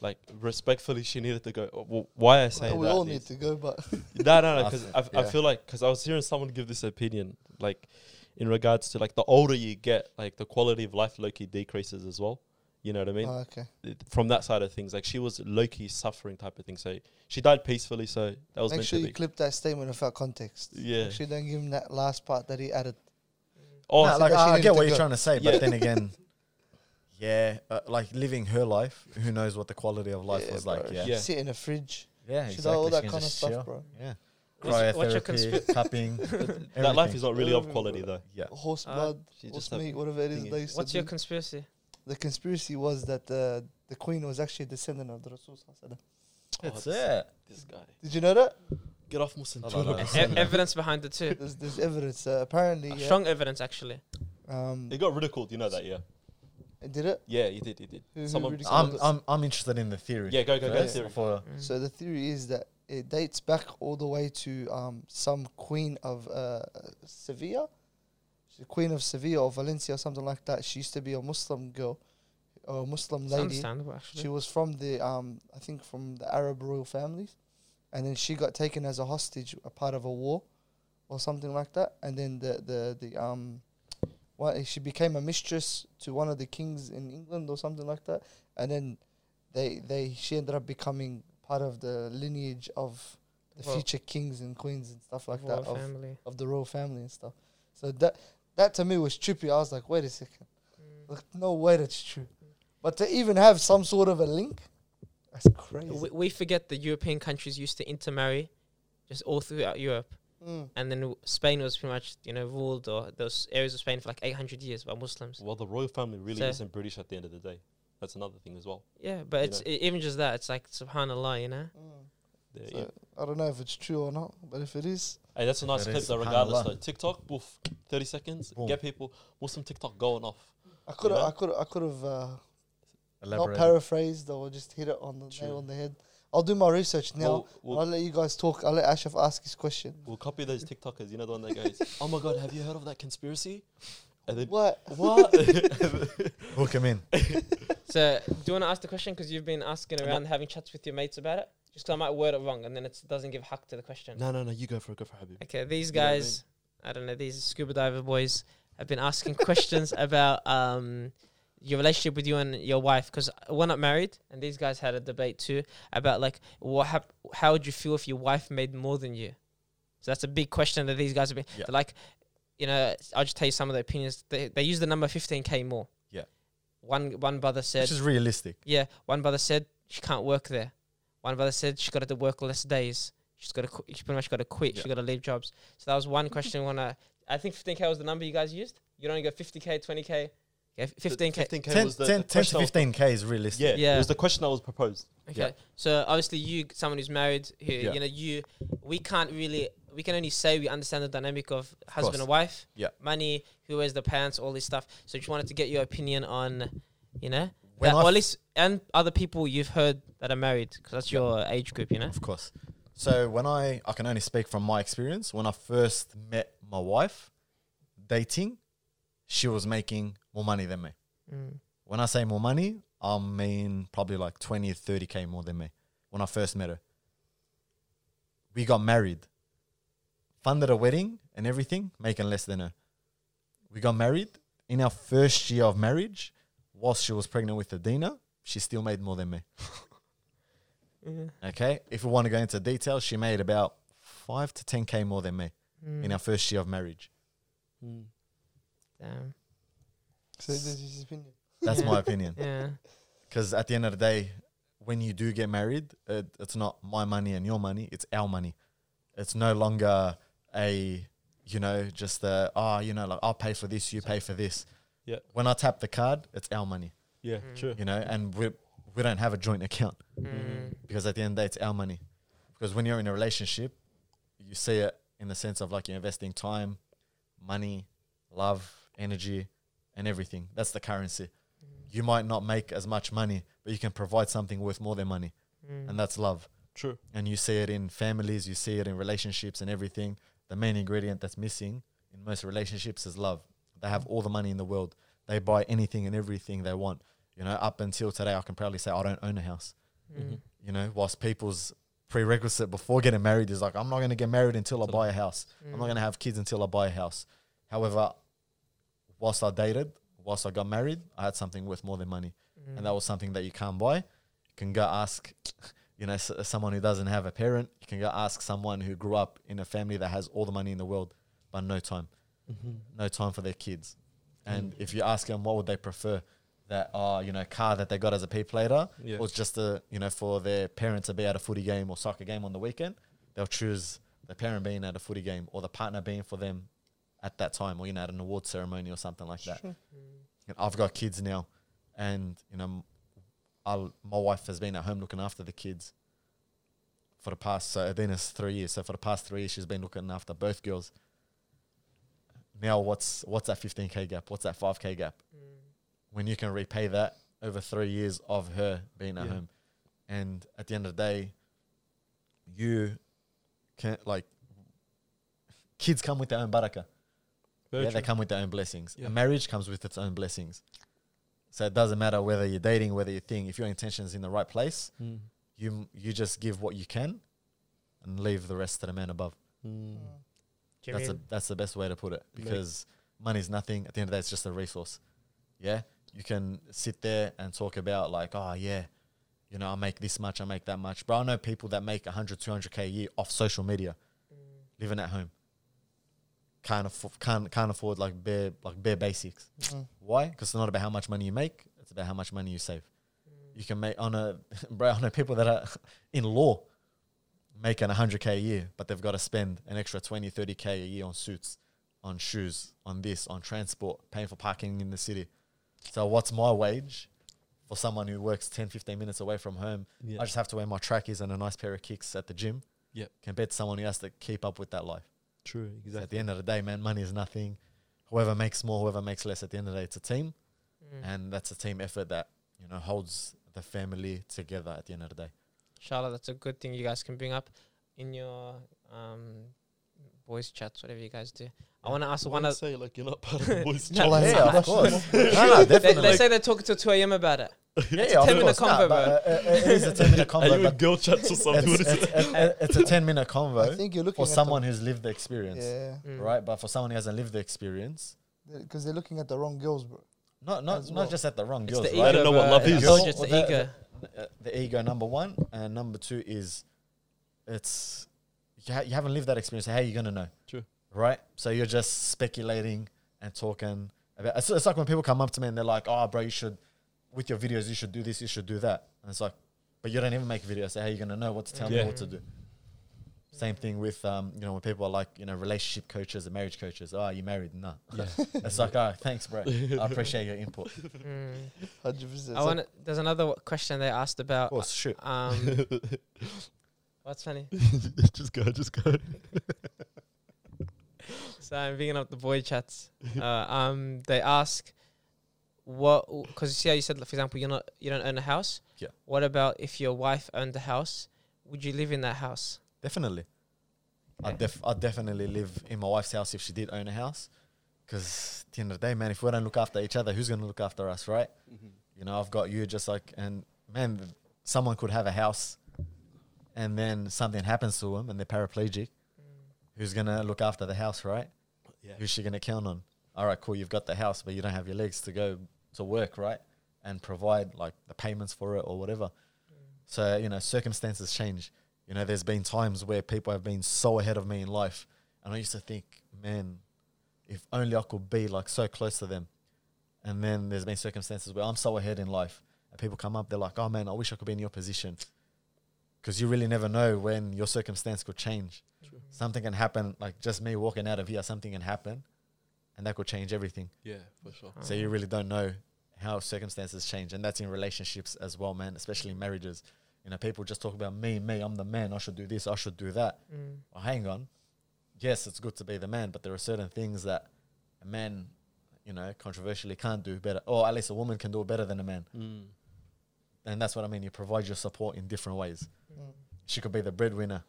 Like respectfully, she needed to go. Uh, wh- Why I say Oh, we that all is- need to go, but no, no, no. I Because think- I, I yeah. feel like because I was hearing someone give this opinion, like in regards to like the older you get, like the quality of life Loki decreases as well. You know what I mean? Oh, okay. It- From that side of things, like she was Loki suffering type of thing. So she died peacefully. So that was Make meant sure to you be. clip that statement without context. Yeah. Make sure you don't give him that last part that he added. oh, Nah, so like that she I, I needed get to what you're go. trying to say, Yeah. but then again, yeah, uh, like living her life, who knows what the quality of life was like? bro. Yeah, Yeah. Sit in a fridge. yeah, exactly. She does all that can kind of just stuff, chill. bro. Yeah, What's- what's your cryotherapy, cupping. that life is not really of Everything. quality though. yeah. Horse Uh, blood, She's horse just a meat, whatever it is thingy. they used What's to your do. conspiracy? the conspiracy was that uh, the queen was actually a descendant of the Rasul. Sallallahu Alaihi Wasallam. That's Oh, it. This guy. Did you know that? Get off Muslim. No, no, no, Twitter, no. bro. E- evidence behind it too. There's, there's evidence. Uh, apparently, yeah, Strong evidence actually. um, They got ridiculed, you know that, yeah. did it. Yeah, you did, you did. Who- who Someone- ridiculed I'm, us? I'm, I'm interested in the theory. Yeah, go, go, go. First, theory. before- Mm. So the theory is that it dates back all the way to um, some queen of uh, Sevilla, the queen of Sevilla or Valencia or something like that. She used to be a Muslim girl, or a Muslim Mm. It's lady. understandable actually. She was from the um, I think from the Arab royal families, and then she got taken as a hostage, a part of a war, or something like that. And then the the the um, what she became a mistress to one of the kings in England or something like that. And then they they she ended up becoming part of the lineage of the Well- future kings and queens and stuff like Royal that of, family. of the royal family and stuff. So that that to me was trippy. I was like, wait a second. Mm. Like, no way that's true. But to even have some sort of a link, that's crazy. We, we forget that European countries used to intermarry, just all throughout Europe, Mm. and then w- Spain was pretty much you know ruled or those areas of Spain for like 800 years by Muslims. Well, the royal family really So- isn't British at the end of the day. That's another thing as well. Yeah, but You it's e- even just that. It's like Subhanallah, you know. Mm. The- So, I don't know if it's true or not, but if it is, Hey, that's a nice That clip is though, regardless subhanallah. though. TikTok, woof, 30 seconds, Boom. get people, Muslim TikTok going off. I could have, Yeah. I could, I could have uh, not Elaborate. paraphrased or just hit it on the True. nail on the head. I'll do my research now. I'll We'll, we'll, let you guys talk. I'll let Ashraf ask his question. we'll copy those TikTokers, you know, the one that goes, oh my God, have you heard of that conspiracy? And then, What? what? Hook him in. So, do you want to ask the question? Because you've been asking around, having chats with your mates about it. Just 'cause I might word it wrong, and then it doesn't give haq to the question. no, no, no, you go for it, go for it, Habib. Okay, these You know what I mean? guys, I don't know, these scuba diver boys have been asking questions about um, your relationship with you and your wife because we're not married, and these guys had a debate too about like what hap- how would you feel if your wife made more than you? So that's a big question that these guys have been Yeah. they're like, you know, I'll just tell you some of the opinions. They they use the number fifteen k more. Yeah. One one brother said Which is realistic. yeah, one brother said she can't work there. One brother said she got to work less days. She's got to. Qu- she pretty much got to quit. She Yeah. got to leave jobs. So that was one question. Wanna? I think 15k was the number you guys used. You only got 50k, 20k, yeah, 15k. 15K 10, was the, 10 the 10 question to I was- 15k is realistic. Yeah, Yeah. it was the question I was proposed. Okay. So obviously you, someone who's married, who Yeah. you know, you, we can't really, we can only say we understand the dynamic of husband course. and wife, Yeah. money, who wears the pants, all this stuff. So just wanted to get your opinion on, you know, When that, I or at f- least and other people you've heard that are married, because that's your age group, you know. Of course. So when I I can only speak from my experience. When I first met my wife, dating, she was making more money than me. Mm. When I say more money, I mean probably like 20 or 30k more than me when I first met her. We got married, funded a wedding and everything, making less than her. We got married in our first year of marriage, whilst she was pregnant with Adina, she still made more than me. Okay. If we want to go into detail, she made about five to 10K more than me Mm. in our first year of marriage. Damn. So this is his opinion. That's Yeah. my opinion. Yeah. Because at the end of the day, when you do get married, it, it's not my money and your money, it's our money. It's no longer a, you know, just a, oh, you know, like I'll pay for this, you pay for this. Yeah. When I tap the card, it's our money, Yeah, Mm. true. you know, and we we don't have a joint account Mm. because at the end of the day, it's our money. Because when you're in a relationship, you see it in the sense of like you're investing time, money, love, energy, and everything. That's the currency. You might not make as much money, but you can provide something worth more than money, Mm. and that's love. True. And you see it in families, you see it in relationships and everything. The main ingredient that's missing in most relationships is love. They have all the money in the world. They buy anything and everything they want. You know, up until today, I can proudly say I don't own a house Mm. you know, whilst people's prerequisite before getting married is like, I'm not going to get married until I Till- buy a house. Mm. I'm not going to have kids until I buy a house. However, whilst I dated, whilst I got married, I had something worth more than money. Mm. And that was something that you can't buy. You can go ask, you know, s- someone who doesn't have a parent. You can go ask someone who grew up in a family that has all the money in the world, but no time, no time for their kids. And if you ask them what would they prefer, that uh, you know car that they got as a P plater, Yeah. or it's just a you know for their parents to be at a footy game or soccer game on the weekend, they'll choose the parent being at a footy game or the partner being for them at that time or you know at an award ceremony or something like that. And I've got kids now, and you know, m- I'll, my wife has been at home looking after the kids for the past. So Adina's three years. So for the past three years, she's been looking after both girls. Now, what's what's that fifteen k gap? What's that five k gap? Mm. When you can repay that over three years of her being at Yeah. home, and at the end of the day, you can't like kids come with their own baraka Very yeah, true. they come with their own blessings. Yeah. And marriage comes with its own blessings. So it doesn't matter whether you're dating, whether you're thing. If your intention is in the right place, Mm. you you just give what you can, and leave the rest to the man above. Mm. Do you that's mean- a, that's the best way to put it Mate. because money's nothing. At the end of the day, it's just a resource. Yeah, you can sit there and talk about like, oh yeah, you know, I make this much, I make that much. But I know people that make 100, 200 k a year off social media, living at home. Can't afford, can't, can't afford like bare like bare basics. Mm. Why? Because it's not about how much money you make; it's about how much money you save. You can make on a bro on a people that are in law making 100k a year, but they've got to spend an extra 20, 30k a year on suits, on shoes, on this, on transport, paying for parking in the city. So what's my wage for someone who works 10, 15 minutes away from home? Yeah. I just have to wear my trackies and a nice pair of kicks at the gym. Yep. Compared to someone who has to keep up with that life. True. So at Exactly. the end of the day, man, money is nothing. Whoever makes more, whoever makes less, at the end of the day, it's a team. Mm. And that's a team effort that, you know, holds the family together at the end of the day. Inshallah, that's a good thing you guys can bring up in your um, boys' chats, whatever you guys do. I want to ask one Why of. say like you're not part of the boys' No, chat? Well, yeah, of course. no, no, They, definitely. they say they're talking till 2 a.m. about it. yeah, it's yeah, a of 10 minute course. Nah, convo, but, uh, uh, it is a 10 minute Are convo, you in but girl chats or something? it's, What is it's, it? it's- it's a 10 minute I convo think you're looking for at the- someone who's lived the experience, Yeah, Mm. right? But for someone who hasn't lived the experience, because they're looking at the wrong girls, bro. not not, As not well. just at the wrong It's girls, the right? I ego. don't know what bro. love I is. told you Yeah. it's the Well, the- ego. uh, the ego number one and number two is it's you, ha- you haven't lived that experience so how are you gonna know True. right so you're just speculating and talking about it's, it's like when people come up to me and they're like oh bro you should with your videos you should do this you should do that and it's like but you don't even make videos so how are you gonna know what to tell Yeah. me what to do same thing with um, you know when people are like you know relationship coaches and marriage coaches oh you married nah it's like oh thanks bro I appreciate your input of Mm. Hundred percent. I want. There's another w- question they asked about. course shoot Um, what's funny? uh, just go, just go. So I'm picking up the boy chats. Uh, um, they ask, what? Because you see how you said, like, for example, you're not, you don't own a house. Yeah. What about if your wife owned a house? Would you live in that house? Definitely. Okay. I'd, def- I'd definitely live in my wife's house if she did own a house. Because at the end of the day, man, if we don't look after each other, who's going to look after us, right? You know, I've got you just like, and man, th- someone could have a house and then something happens to them and they're paraplegic. Who's going to look after the house, right? Yeah. Who's she going to count on? All right, cool, you've got the house, but you don't have your legs to go to work, right? And provide like the payments for it or whatever. So, you know, circumstances change. You know, there's been times where people have been so ahead of me in life. And I used to think, man, if only I could be like so close to them. And then there's been circumstances where I'm so ahead in life. And people come up, they're like, oh man, I wish I could be in your position. Because you really never know when your circumstance could change. True. Something can happen, like just me walking out of here, something can happen. And that could change everything. Yeah, for sure. So you really don't know how circumstances change, and that's in relationships as well, man. Especially in marriages. You know, people just talk about me, me. I'm the man. I should do this. I should do that. Mm. Well, hang on. Yes, it's good to be the man, but there are certain things that a man, you know, controversially can't do better, or at least a woman can do it better than a man. Mm. And that's what I mean. You provide your support in different ways. She could be the breadwinner,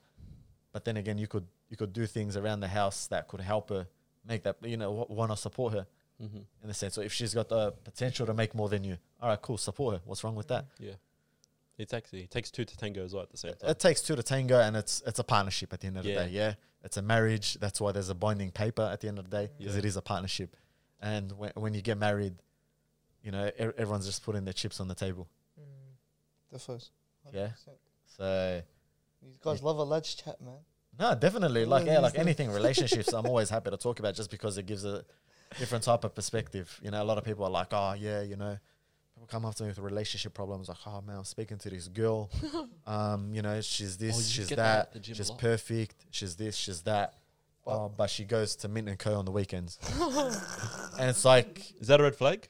but then again, you could you could do things around the house that could help her make that. You know, wh- want to support her Mm-hmm. in the sense. So if she's got the potential to make more than you, all right, cool, support her. What's wrong with that? Yeah. It takes it takes two to tango as well at the same time. It takes two to tango, and it's it's a partnership at the end of Yeah. the day. Yeah, it's a marriage. That's why there's a binding paper at the end of the day because Yeah. it is a partnership. And when when you get married, you know e- everyone's just putting their chips on the table. the first. Yeah. 100%. So These guys love a large chat, man. no, definitely, like Yeah, yeah, like these anything relationships, I'm always happy to talk about just because it gives a different type of perspective. You know, a lot of people are like, oh yeah, you know, People come after me with relationship problems, like, oh man, I'm speaking to this girl. um, you know, she's this, Oh, you she's get that, that at the gym a she's lot." perfect, she's this, she's that. But- Oh, but she goes to Mint and Co on the weekends, and it's like, Is that a red flag?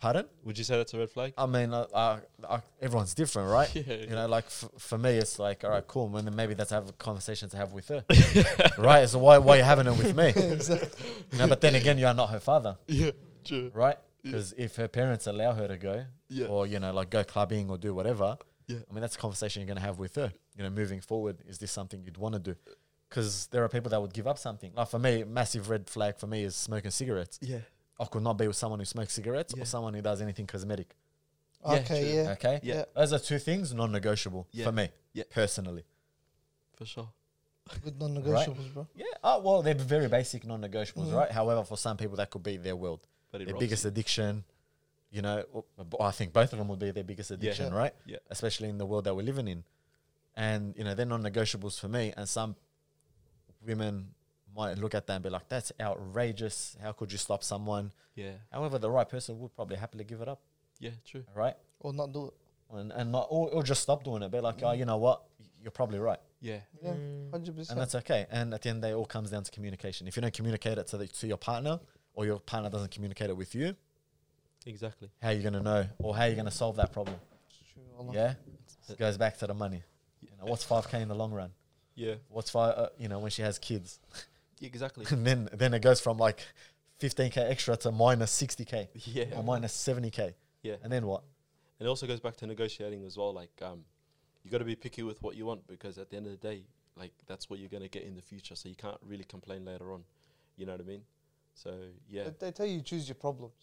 pardon? Would you say that's a red flag? I mean, uh, uh, uh, everyone's different, right? Yeah, You yeah. know, like f- for me, it's like, all right, cool. And then maybe that's have a conversation to have with her, right? So why why are you having it with me? You know, but then again, you are not her father, yeah, true. right? Because if her parents allow her to go, Yeah. or you know, like go clubbing or do whatever, Yeah. I mean, that's a conversation you're going to have with her. You know, moving forward, is this something you'd want to do? Because there are people that would give up something. Like for me, massive red flag for me is smoking cigarettes. Yeah. I could not be with someone who smokes cigarettes or someone who does anything cosmetic. Yeah, okay, true. yeah. Okay. Yeah. Yeah. Those are two things non-negotiable Yeah. for me. Yeah. Personally. For sure. Good non-negotiables, bro. Yeah. Oh well, they're very basic non-negotiables, right? However, for some people, that could be their world, But Mm-hmm. it their robs biggest you. addiction. You know, or- b- I think both of them would be their biggest addiction, right? Yeah. Especially in the world that we're living in, and you know, they're non-negotiables for me. And some women might look at that and be like, "That's outrageous! How could you stop someone?" Yeah. However, the right person would probably happily give it up, Yeah, true. right? Or not do it. And and not, or, or just stop doing it. Be like, "Oh, Mm. you know what? You're probably right." Yeah. Yeah, Mm. hundred and percent. that's okay. And at the end of the day, it all comes down to communication. If you don't communicate it to, the, to your partner, or your partner doesn't communicate it with you, Exactly. how are you going to know, or how are you going to solve that problem? Yeah, it goes back to the money. You know, what's five k in the long run? Yeah. What's five? Uh, you know, when she has kids, yeah exactly. and then then it goes from like fifteen k extra to minus sixty k yeah. or minus seventy k, Yeah. and then what? And it also goes back to negotiating as well. Like, um, you got to be picky with what you want because at the end of the day, like that's what you're gonna get in the future. So you can't really complain later on. You know what I mean? So yeah, They, they tell you choose your problems.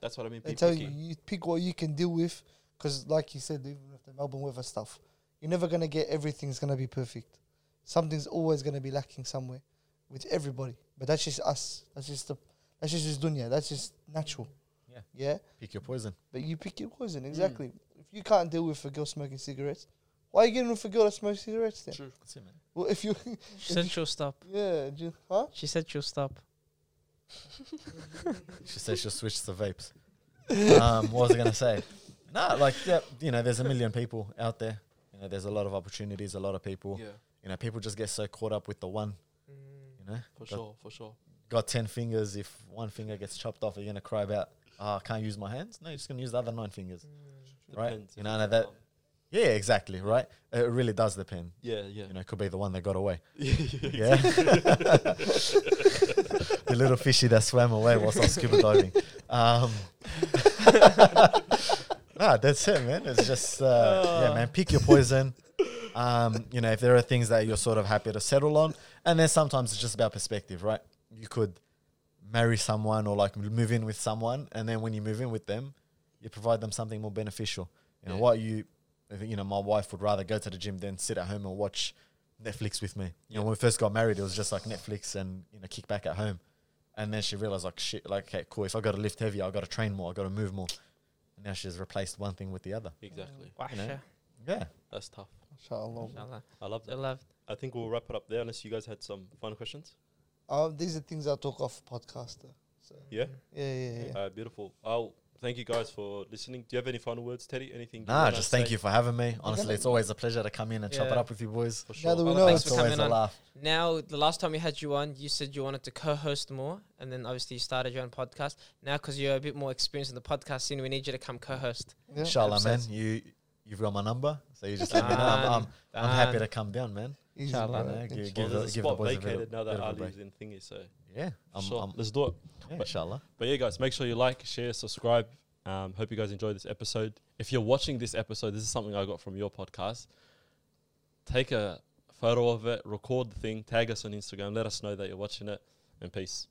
that's what I mean. They Be tell picky. you you pick what you can deal with, because like you said, even with the Melbourne weather stuff, you're never gonna get everything's gonna be perfect. Something's always gonna be lacking somewhere, with everybody. But that's just us. That's just the. That's just dunya. That's just natural. Yeah. Mm. Yeah. Pick your poison. But you pick your poison exactly. If you can't deal with a girl smoking cigarettes, why are you getting with a girl that smokes cigarettes then? True. That's it, man. Well, if you She said she'll stop. yeah, ju- huh? She said she'll stop. She says she'll switch to vapes. Um, what was I going to say? No, like, yeah, you know, there's a million people out there. You know, there's a lot of opportunities, a lot of people. Yeah, You know, people just get so caught up with the one, you know. for Got- sure, for sure. Got 10 fingers. If one finger gets chopped off, you're going to cry about, oh, I can't use my hands. No, you're just going to use the other nine fingers. Right, Depends you if know, it's and that- on. Yeah, exactly, right? It really does depend. Yeah, yeah. You know, it could be the one that got away. yeah, Yeah. the little fishy that swam away whilst I was scuba diving. Um, nah, that's it, man. It's just, uh, yeah, man, pick your poison. Um, you know, if there are things that you're sort of happy to settle on, and then sometimes it's just about perspective, right? You could marry someone or like move in with someone, and then when you move in with them, you provide them something more beneficial. You know, Yeah. what you, I think, you know, my wife would rather go to the gym than sit at home and watch Netflix with me. You know, when we first got married, it was just like Netflix and you know, kick back at home. And then she realized like shit, like okay, cool. If I got to lift heavier, I got to train more, I got to move more. And now she's replaced one thing with the other. exactly. Washa. Yeah. That's tough. Inshallah. Inshallah. I love They that. loved. I think we'll wrap it up there unless you guys had some final questions. Um, these are things I talk off podcaster. So Yeah. yeah, yeah, yeah. Uh, beautiful. I'll thank you guys for listening. Do you have any final words, Teddy? Anything? you Nah, wanna just thank say? you for having me. Honestly, it's always a pleasure to come in and chop it Yeah. up with you boys. For Now that sure. we Oh, know, thanks it's It's for always coming a on. laugh. Now, the last time we had you on, you said you wanted to co-host more, and then obviously you started your own podcast. Now, because you're a bit more experienced in the podcast scene, we need you to come co-host. yeah. Inshallah, man. Obsessed. You you've got my number, so you just let me know. I'm, I'm, I'm happy Done. to come down, man. Easy, Inshallah. bro. Yeah, Inshallah. give- Well, the- there's a give the spot boys a bit of- vacated bit now that of a Ali's break. in thingy, so Yeah, I'm, sure. I'm let's do it. yeah, But- inshallah. But yeah, guys, make sure you like, share, subscribe. Um, hope you guys enjoyed this episode. If you're watching this episode, this is something I got from your podcast. Take a photo of it, record the thing, tag us on Instagram, let us know that you're watching it, and peace.